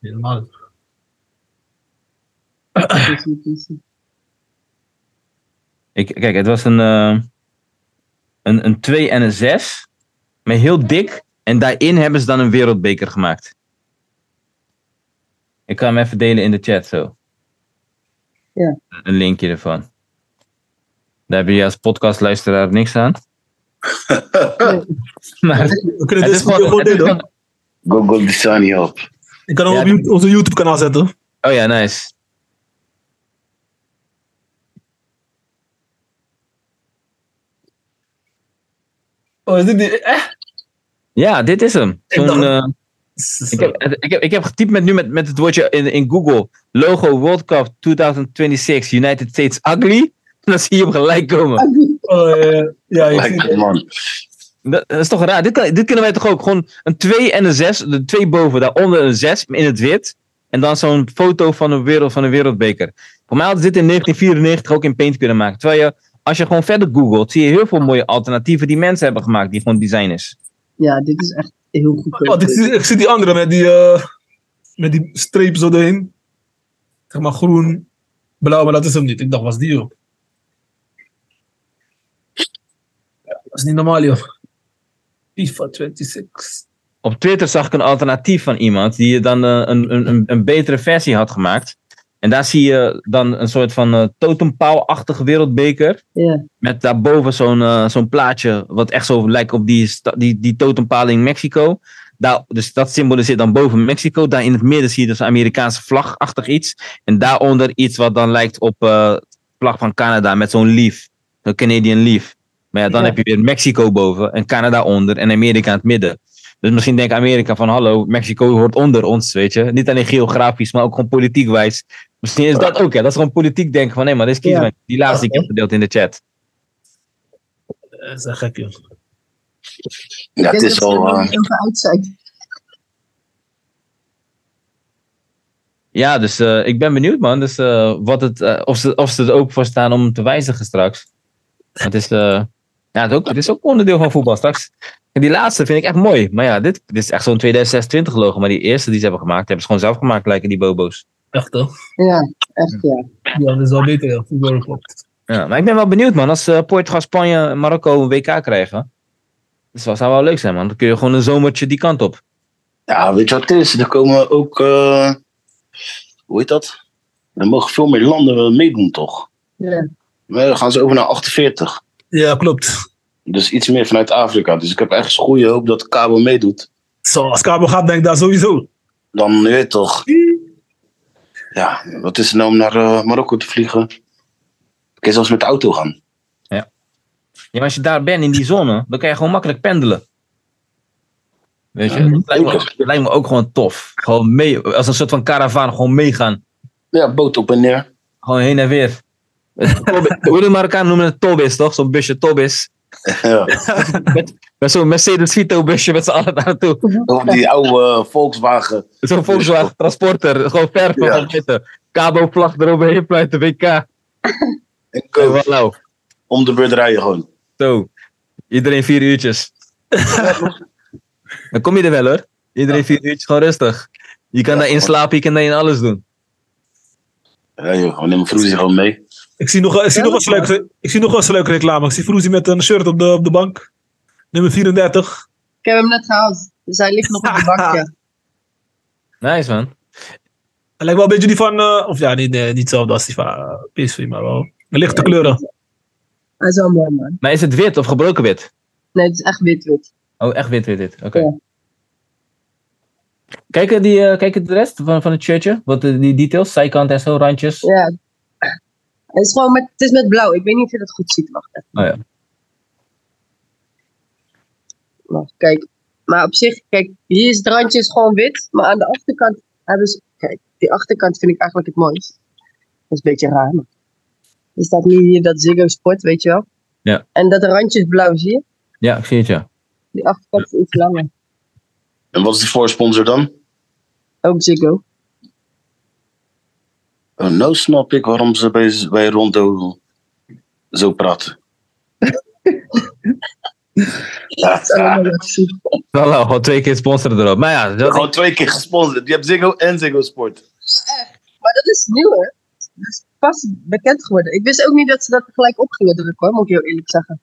A: Helemaal.
D: dit is niet easy.
C: Ik, kijk, het was een, eh, een, een 2 en een 6. Maar heel dik. En daarin hebben ze dan een wereldbeker gemaakt. Ik kan hem even delen in de chat zo.
D: Ja.
C: Een linkje ervan. Daar heb je als podcastluisteraar niks aan. <laughs> maar het
A: We kunnen
C: is
A: dit video
C: gewoon...
A: gewoon
C: het is
A: delen.
C: gewoon-
B: Google Design op.
A: Ik kan hem
C: Ja,
A: op
C: dit-
A: YouTube- onze YouTube-kanaal zetten.
C: Oh ja, nice.
A: Oh, is dit die- echt?
C: Ja, dit is hem.
A: Ik
C: Zo'n,
A: dacht-
C: eh, ik, heb, ik, heb, ik heb getypt met, nu met, met het woordje in, in Google. Logo World Cup 2026 United States Ugly. <laughs> Dan zie je hem gelijk komen.
A: Oh, ja, ja. ja, ik zie het.
E: man.
C: Dat, dat is toch raar. Dit, kan, dit kunnen wij toch ook. Gewoon een 2 en een 6. De 2 boven, daaronder een 6 in het wit. En dan zo'n foto van een, wereld, van een wereldbeker. Voor mij hadden ze dit in 1994 ook in paint kunnen maken. Terwijl je, als je gewoon verder googelt, zie je heel veel mooie alternatieven die mensen hebben gemaakt. Die gewoon designers.
D: <laughs> Ja, dit is echt heel goed.
A: Want ik zie, Oh, ik zie die andere met die, eh, met die streep zo doorheen. Zeg maar groen, blauw, maar dat is hem niet. Ik dacht, was die joh. Ja, dat is niet normaal joh. FIFA 26.
C: op Twitter zag ik een alternatief van iemand die dan eh, een, een, een, een betere versie had gemaakt. En daar zie je dan een soort van eh, totempaalachtige wereldbeker.
D: Ja.
C: Met daarboven zo'n eh, zo'n plaatje, wat echt zo lijkt op die, sta- die, die totempaal in Mexico. Daar, dus dat symbool zit dan boven Mexico. Daar in het midden zie je dus een Amerikaanse vlagachtig iets. En daaronder iets wat dan lijkt op eh, de vlag van Canada met zo'n leaf. Een Canadian leaf. Maar ja, dan
D: Ja.
C: heb je weer Mexico boven en Canada onder en Amerika in het midden. Dus misschien denkt Amerika van hallo, Mexico hoort onder ons, weet je. Niet alleen geografisch, maar ook gewoon politiek wijs. Misschien is dat ook, ja. Dat is gewoon politiek denken van hé, maar dit is kiezen.
D: Ja.
C: wij. Die laatste die ik heb gedeeld in de chat.
A: Dat Eh, is echt gek joh.
E: Ja, het is
D: wel.
E: wel... eh,
D: Over uit zijn.
C: Ja, dus eh, ik ben benieuwd, man. Dus, eh, wat het, eh, of, ze, of ze er ook voor staan om te wijzigen straks. Want Het is, eh, ja, het, ook, het is ook onderdeel van voetbal straks. En die laatste vind ik echt mooi. Maar ja, dit, dit is echt zo'n 2026 logo. Maar die eerste die ze hebben gemaakt, hebben ze gewoon zelf gemaakt, lijken die bobo's.
A: Echt hoor.
D: Ja, echt ja.
A: Ja, dat is wel beter joh. Voetbal klopt.
C: Ja, maar ik ben wel benieuwd, man. Als eh, Portugal, Spanje en Marokko een WK krijgen. Dus dat zou wel leuk zijn, man. Dan kun je gewoon een zomertje die kant op.
E: Ja, weet je wat het is? Er komen ook... eh, hoe heet dat? Er mogen veel meer landen wel meedoen, toch?
D: Ja.
E: Maar dan gaan ze over naar 48.
A: Ja, klopt.
E: Dus iets meer vanuit Afrika. Dus ik heb echt goede hoop dat Cabo meedoet.
A: Zo, als Cabo gaat, denk ik daar sowieso.
E: Dan weet je toch. Ja, wat is er nou om naar eh, Marokko te vliegen? Kun je zelfs met de auto gaan.
C: Ja, maar als je daar bent in die zone, dan kan je gewoon makkelijk pendelen. Weet je,
E: Ja,
C: dat lijkt me,
E: zeker.
C: dat lijkt me ook gewoon tof. Gewoon mee, als een soort van karavaan, gewoon meegaan.
E: Ja, boot op en neer.
C: Gewoon heen en weer. Tobi- Hoe de Marokkanen noemen het Tobis, toch? Zo'n busje Tobis.
E: <laughs> Ja.
C: Met zo'n Mercedes Vito busje met z'n allen daar naartoe.
E: Of die oude eh, Volkswagen.
C: Zo'n Volkswagen Transporter, gewoon ver van
E: Ja.
C: ons zitten. Cabo-vlag eroverheen pluiten, WK. En
E: En Go.
C: voilà.
E: Om de burgerijen gewoon.
C: Zo. Iedereen vier <laughs> uurtjes. Dan kom je er wel hoor. Iedereen vier uurtjes, gewoon rustig. Je kan daarin slapen, je kan daarin alles doen.
E: Ja joh, we nemen Vroezie gewoon mee.
A: Ik zie nog, ik zie nog, eens, leuk, ik zie nog eens leuke reclame. Ik zie Fruzi met een shirt op de, op de bank. Nummer 34.
D: Ik heb hem net gehaald. Dus hij ligt nog op de bank. Ja.
C: Nice man.
A: Hij lijkt wel een beetje die van, eh, of ja, niet, nee, niet hetzelfde als die van eh, PSV, maar wel een lichte kleuren.
D: Hij is wel mooi, man.
C: Maar is het wit of gebroken wit?
D: Nee, het is echt wit-wit.
C: Oh, echt wit, wit, wit. Oké.
D: Ja.
C: Kijken, die, eh, kijken de rest van, van het shirtje? Wat eh, die details, zijkant en zo, randjes.
D: Ja. Het is gewoon met, het is met blauw. Ik weet niet of je dat goed ziet. Wacht even.
C: Oh, ja.
D: Wacht, kijk. Maar op zich, kijk, hier is het randje is gewoon wit. Maar aan de achterkant hebben ze. Kijk, die achterkant vind ik eigenlijk het mooist. Dat is een beetje raar. Maar. Er staat nu hier dat Ziggo Sport, weet je wel.
C: Ja.
D: En dat randje is blauw, zie je?
C: ja, ik zie het ja.
D: Die achterkant is iets langer.
E: En wat is die voorsponsor dan?
D: Ook Ziggo.
E: Eh, nou snap ik waarom ze bij, bij Rondo zo
B: <laughs>
E: praten. ja,
D: Dat is allemaal wat ik zie.
C: Voilà, gewoon twee keer sponsoren erop. Maar ja, dat
E: Gewoon twee keer gesponsord. Je hebt Ziggo en Ziggo Sport.
D: Maar dat is nieuw, hè? Dat is pas bekend geworden. Ik wist ook niet dat ze dat gelijk op gingen drukken, hoor, moet ik heel eerlijk zeggen.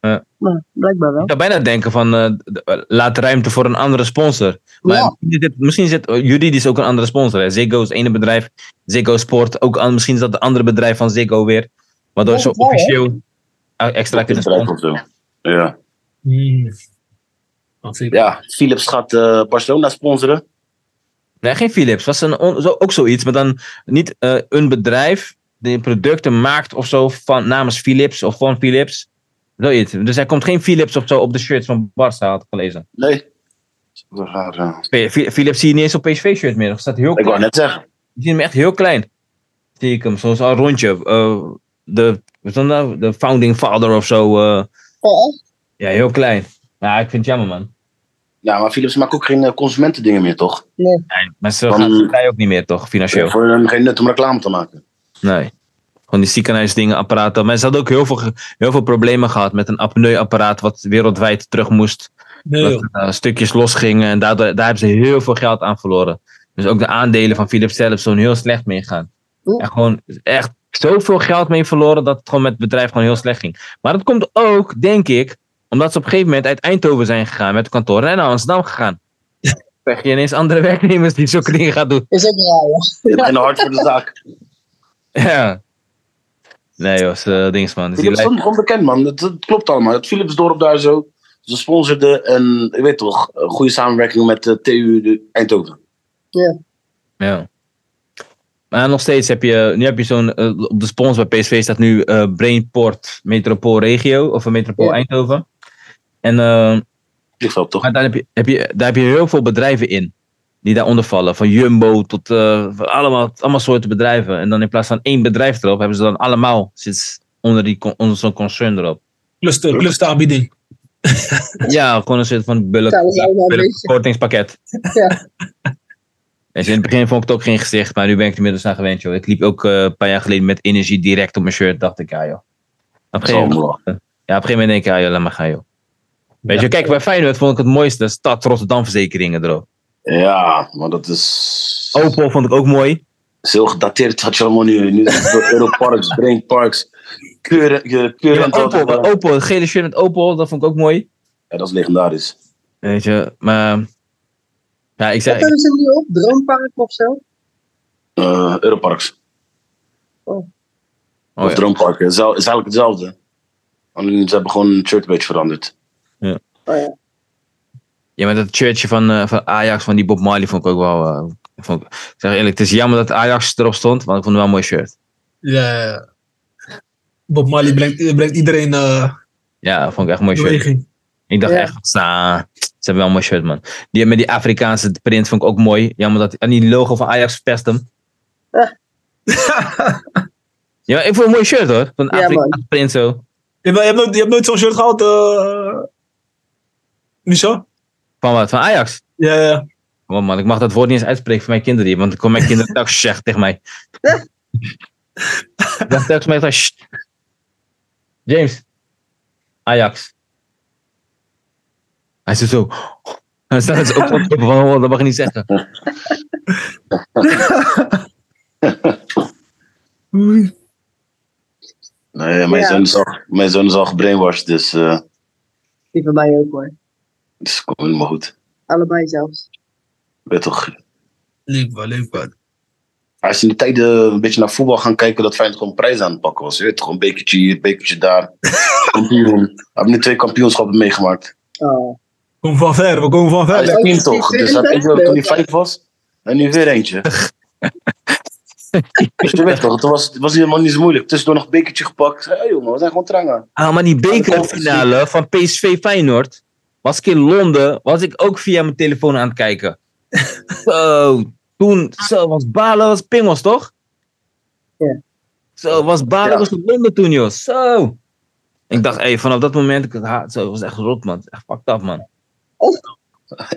C: Ja.
D: Maar blijkbaar wel.
C: Ik zou bijna denken van eh, d- eh, laat ruimte voor een andere sponsor. Maar
D: Ja.
C: misschien, zit, misschien zit juridisch ook een andere sponsor. Hè? Ziggo is het ene bedrijf, Ziggo Sport ook an- misschien is dat het andere bedrijf van Ziggo weer. Waardoor
D: Ja,
C: ze
D: dat wel, hè?
C: officieel eh, extra kunnen
E: Bedrijf
C: sponsoren.
E: of zo. Ja.
A: Hmm. Want ik-
E: ja, Philips gaat eh, Barcelona sponsoren.
C: Nee, geen Philips. Was een on- zo, ook zoiets, maar dan niet eh, een bedrijf die producten maakt of zo van, namens Philips of van Philips. Zoiets. Dus er komt geen Philips of zo op de shirts van Barça, had ik gelezen.
B: Nee. Dat is raar.
E: eh,
B: ja.
C: P- P- Philips zie je niet eens op PSV-shirt meer. Dat staat heel
B: Ik wou
C: klein.
B: net zeggen.
C: Je ziet hem echt heel klein. Zie ik hem, zoals een rondje. eh, de, wat is dat nou? De founding father of zo. eh,
D: Oh, echt?
C: ja, heel klein. Ja, ik vind het jammer, man.
B: Ja, maar Philips maakt ook geen eh, consumentendingen meer, toch?
C: Nee, maar ze
B: Dan-
C: gaan ze vrij ook niet meer, toch? Financieel.
B: Voor hem geen nut om reclame te maken.
C: Nee. Gewoon die ziekenhuisdingen, apparaten. Mensen hadden ook heel veel, ge- heel veel problemen gehad met een apneuapparaat wat wereldwijd terug moest.
A: Nee,
C: dat
A: joh.
C: er, eh, stukjes losgingen en daardoor, daar hebben ze heel veel geld aan verloren. Dus ook de aandelen van Philips zelf zijn heel slecht meegaan.
D: Oeh.
C: En gewoon echt zoveel geld mee verloren dat het gewoon met het bedrijf gewoon heel slecht ging. Maar dat komt ook, denk ik, omdat ze op een gegeven moment uit Eindhoven zijn gegaan met kantoren en naar Amsterdam gegaan. Dan krijg je ineens andere <laughs> werknemers die zulke dingen gaan doen.
D: Is ook raar, ja.
B: En hard voor de zaak.
C: Ja. Nee, joh, ze- dings man. Dus die
B: Philips stond
C: lijkt-
B: gewoon bekend, man. Dat, dat klopt allemaal. Het Philipsdorp daar zo. Ze sponsorden en, ik weet toch, een goede samenwerking met de TU de Eindhoven.
C: Ja. Maar nog steeds heb je, nu heb je zo'n, eh, op de spons bij PSV staat nu eh, Brainport Metropool Regio, of eh, Metropool
D: Ja.
C: Eindhoven. En eh,
B: Vliegveld, toch?
C: maar daar, heb je, heb je, daar heb je heel veel bedrijven in, die daaronder vallen. Van Jumbo tot eh, van allemaal, allemaal soorten bedrijven. En dan in plaats van één bedrijf erop, hebben ze dan allemaal zits onder, die con- onder zo'n concern erop.
A: Cluster, clusteraanbieding.
C: <laughs> Ja, gewoon een soort van bulk,
D: Ja, dat is allemaal
C: bulk
D: bezig.
C: kortingspakket.
D: <laughs> Ja.
C: <laughs> Weet je, in het begin vond ik het ook geen gezicht, maar nu ben ik er inmiddels aan gewend, joh. Ik liep ook eh, een paar jaar geleden met energie direct op mijn shirt, dacht ik, ja joh. Op een
B: Dat is
C: gegeven moment,
B: allemaal.
C: ja, op een gegeven moment denk ik, ja joh, laat maar gaan joh. Weet je, kijk, bij Feyenoord vond ik het mooiste, de stad Rotterdam verzekeringen erop.
B: Ja, maar dat is...
C: Opel vond ik ook mooi.
B: Het is heel gedateerd wat je allemaal nu... <laughs> Nu is het door Europarks, Brainparks, Keuren... Keuren
C: Ja, Opel, maar Opel, het gele shirt met Opel, dat vond ik ook mooi.
B: Ja, dat is legendarisch.
C: Weet je, maar... Ja, ik
D: Wat
C: zei...
D: hebben ze nu op? Droompark of zo?
B: Eh, Europarks.
C: Oh,
B: of
C: ja.
B: Droompark. Het is wel- het is eigenlijk hetzelfde. Alleen ze hebben gewoon een shirt een beetje veranderd.
D: Oh ja.
C: Ja, maar dat shirtje van, eh, van Ajax, van die Bob Marley, vond ik ook wel... eh, vond ik, ik zeg eerlijk, het is jammer dat Ajax erop stond, want ik vond het wel een mooi shirt.
A: Ja, ja. Bob Marley brengt, brengt iedereen eh
C: Ja, dat vond ik echt een mooi shirt.
A: beweging. <laughs>
C: Ik dacht
D: Ja.
C: echt, nah, ze hebben wel een mooi shirt, man. Die met die Afrikaanse print vond ik ook mooi. Jammer dat... En die logo van Ajax verpest hem.
D: Ja.
C: ja, ik vond het een mooi shirt, hoor. Van
D: Ja,
C: Afrikaanse print zo.
A: Je hebt, je hebt nooit, je hebt nooit zo'n shirt gehad, eh Michel?
C: Van wat? Van Ajax?
A: Ja, ja, ja.
C: Oh man, ik mag dat woord niet eens uitspreken voor mijn kinderen hier, want dan komen mijn kinderen straks zeggen tegen mij. Dan straks mij van, "Sst." James, Ajax. Hij zit zo. Hij staat zo op op- op- van, oh, dat mag je niet zeggen.
B: Nee, mijn,
D: Ja.
B: zoon, is al, mijn zoon is al gebrainwashed, dus... eh
D: Die van mij ook hoor.
B: dus kom helemaal goed.
D: Allebei zelfs.
B: Weet toch...
A: Leuk man, leuk man.
B: Als je in de tijden een beetje naar voetbal gaan kijken, dat Feyenoord gewoon prijzen aan het pakken was. Je weet toch, een bekertje hier, een bekertje daar. Kampioen. We hebben nu twee kampioenschappen meegemaakt.
D: Oh.
A: We komen van ver, we komen van
B: Hij
A: ver.
B: is tien toch, dus dat ik wel toen hij vijf was. En nu weer eentje. Dus je weet toch, het was, het was helemaal niet zo moeilijk. Tussendoor nog een bekertje gepakt. Hé hey, jongen, we zijn gewoon trangen.
C: Ah, maar die bekerfinale van PSV Feyenoord was ik in Londen, was ik ook via mijn telefoon aan het kijken. Zo, toen zo, was Balen, was Pingels toch?
D: Ja.
C: Zo, was Balen,
B: Ja.
C: was in Londen toen, joh. Zo. Ik dacht, hey, vanaf dat moment, ik, ha, zo, was echt rot, man. Echt fucked up, man.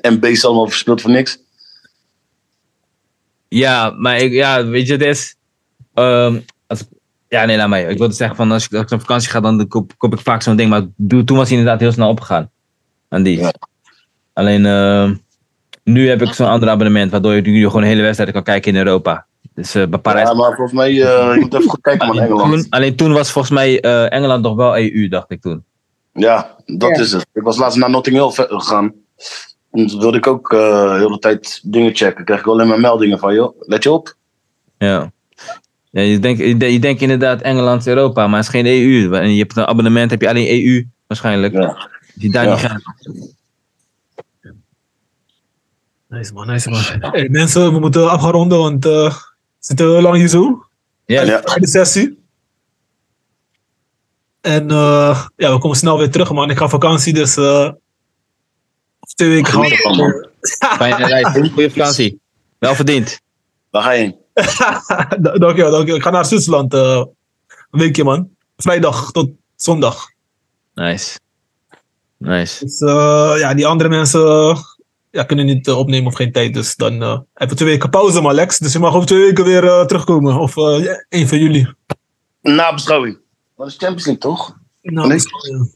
B: En B is allemaal verspeeld voor niks.
C: Ja, maar ik, ja, weet je, het is. ehm, als ik- ja, nee, laat mij. Ik wilde zeggen, van, als, ik, als ik op vakantie ga, dan koop, koop ik vaak zo'n ding. Maar doe- toen was hij inderdaad heel snel opgegaan. Aan die.
B: Ja.
C: Alleen, ehm, nu heb ik zo'n ander abonnement, waardoor je nu gewoon de hele wedstrijd kan kijken in Europa. Dus eh, bij Parijs.
B: Ja, maar volgens mij, eh, je moet even goed
C: <laughs>
B: kijken man,
C: alleen, toen,
B: Engeland.
C: alleen toen was volgens mij eh, Engeland nog wel EU, dacht ik toen.
B: Ja, dat
D: Ja.
B: is het. Ik was laatst naar Notting Hill ver- gegaan. En toen wilde ik ook eh heel de tijd dingen checken. Kreeg ik alleen maar meldingen van, joh, let je op.
C: Ja. ja je, denkt, je, denkt- je denkt inderdaad Engeland, Europa, maar het is geen EU. En je hebt een abonnement, heb je alleen EU waarschijnlijk.
B: Ja.
C: Die daar
B: Ja.
C: niet gaat.
A: Nice man, nice man. Hey, mensen, we moeten afgeronden, want eh, we zitten lang hier zo.
C: Ja,
B: Ja.
A: Bij de sessie. En eh, ja, we komen snel weer terug, man. Ik ga op vakantie, dus... eh over twee weken gaan we...
E: Geniet ervan, man.
C: <laughs> Fijne reis. Goeie vakantie. Wel verdiend.
E: Waar ga je heen?
A: <laughs> Da- dankjewel, dankjewel. Ik ga naar Zwitserland. eh, een weekje, man. Vrijdag tot zondag.
C: Nice. Nice.
A: Dus eh, ja, die andere mensen eh, ja, kunnen niet eh, opnemen of geen tijd. Dus dan eh hebben we twee weken pauze, maar Lex. Dus je mag over twee weken weer eh, terugkomen. Of eh, ja, één van jullie.
E: Nabeschouwing.
B: Maar dat is Champions League, toch?
A: Nou,
E: Nee.
A: dus,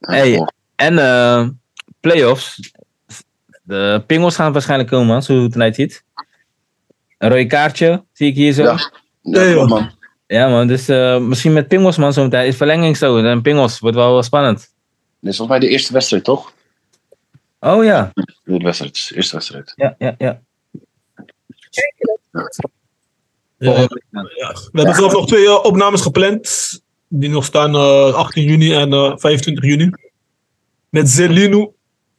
C: Hey, en eh playoffs. De pingels gaan waarschijnlijk komen, man. Zo tonight ziet. Een rode kaartje zie ik hier zo. Ja,
E: Ja. Ja,
A: Nee,
E: klopt,
A: joh.
E: man.
C: man. Dus eh, misschien met pingels, man. Zometeen is verlenging zo. Dan pingels. Wordt wel, wel spannend.
E: Dit is volgens mij de eerste wedstrijd, toch?
C: Oh ja.
E: De wedstrijd, eerste wedstrijd.
C: Ja, ja, ja.
A: eh, ja, ja. We hebben zelf nog twee eh, opnames gepland. Die nog staan eh, 18 juni en eh, 25 juni. Met Zelinu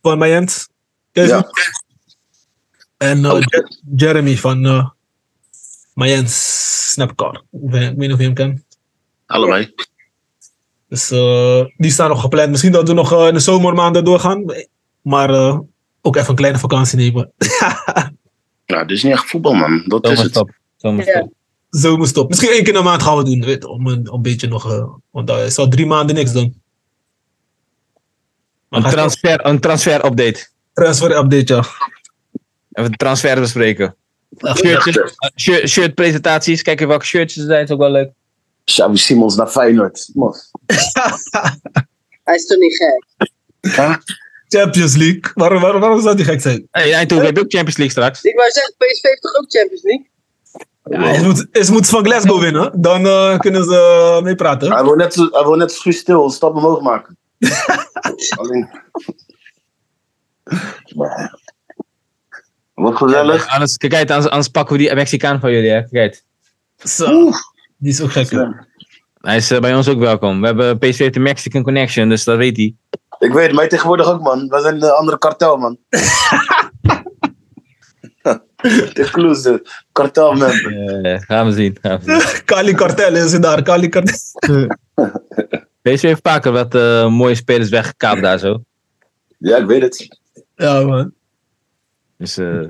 A: van Mayent.
E: Ja.
A: En eh,
E: Oh.
A: Jer- Jeremy van eh Mayent Snapcar. Ik weet ik weet niet of je hem kent.
E: Allebei.
A: Dus eh, die staan nog gepland. Misschien dat we nog eh, in de zomermaanden doorgaan. Maar eh, ook even een kleine vakantie nemen.
E: Nou, dit is niet echt voetbal, man. Dat is het.
C: Zomerstop. Zomerstop.
A: Zomerstop. Misschien één keer een maand gaan we doen. Weet, je, om, een, om een beetje nog. eh, want daar is al drie maanden niks doen. Maar
C: Een,
A: ga-
C: transfer, een transfer update.
A: transfer update, ja.
C: Even de transfer bespreken.
A: Ach,
C: Shirtjes, eh, shirt, shirtpresentaties. Kijken welke shirtjes er zijn. Is ook wel leuk.
B: Xavi Simons naar Feyenoord. Man.
D: Hij is toch niet gek?
A: Champions League. Waarom, waarom, waarom zou die gek zijn?
C: Hey, Eindhoven heeft ook Champions League straks.
D: Ik wou zeggen, PSV heeft toch ook Champions League?
A: Ja, ze moeten ze moeten van Glasgow winnen. Dan eh, kunnen ze eh, meepraten.
B: Hij wil net, hij wil net schuur stil een stap omhoog maken. Alleen. Maar, Wat gezellig.
C: Ja, Anders, kijk uit, anders, anders pakken we die Mexicaan van jullie. Hè. Kijk uit. Oh.
A: Zo. Die is ook gek. hè.
C: Hij is eh, bij ons ook welkom. We hebben PSV heeft de Mexican Connection, dus dat weet hij.
B: Ik weet, mij tegenwoordig ook, man. Wij zijn de andere kartel, man. De kloeze. Kartel, man.
C: Eh, gaan we zien. Gaan we zien.
A: Kali Kartel is daar. Kali Kartel. <laughs>
C: PSV heeft vaker wat eh, mooie spelers weggekaapt daar zo.
B: Ja, ik weet het.
A: Ja, man.
C: Dus eh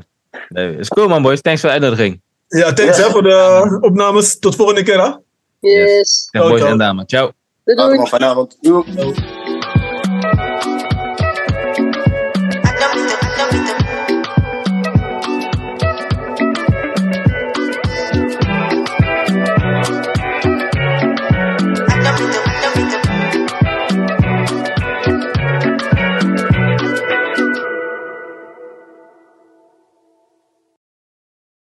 C: nee, is cool man boys, thanks voor de uitnodiging.
A: Ja, thanks
B: Ja.
A: hè, voor de opnames. Tot volgende keer, hè.
D: Yes.
C: Yes. Ja,
A: Ciao,
C: boys
A: ciao.
C: en dames, ciao.
D: Doei doei.
B: Allemaal vanavond. Doei.
A: Yo.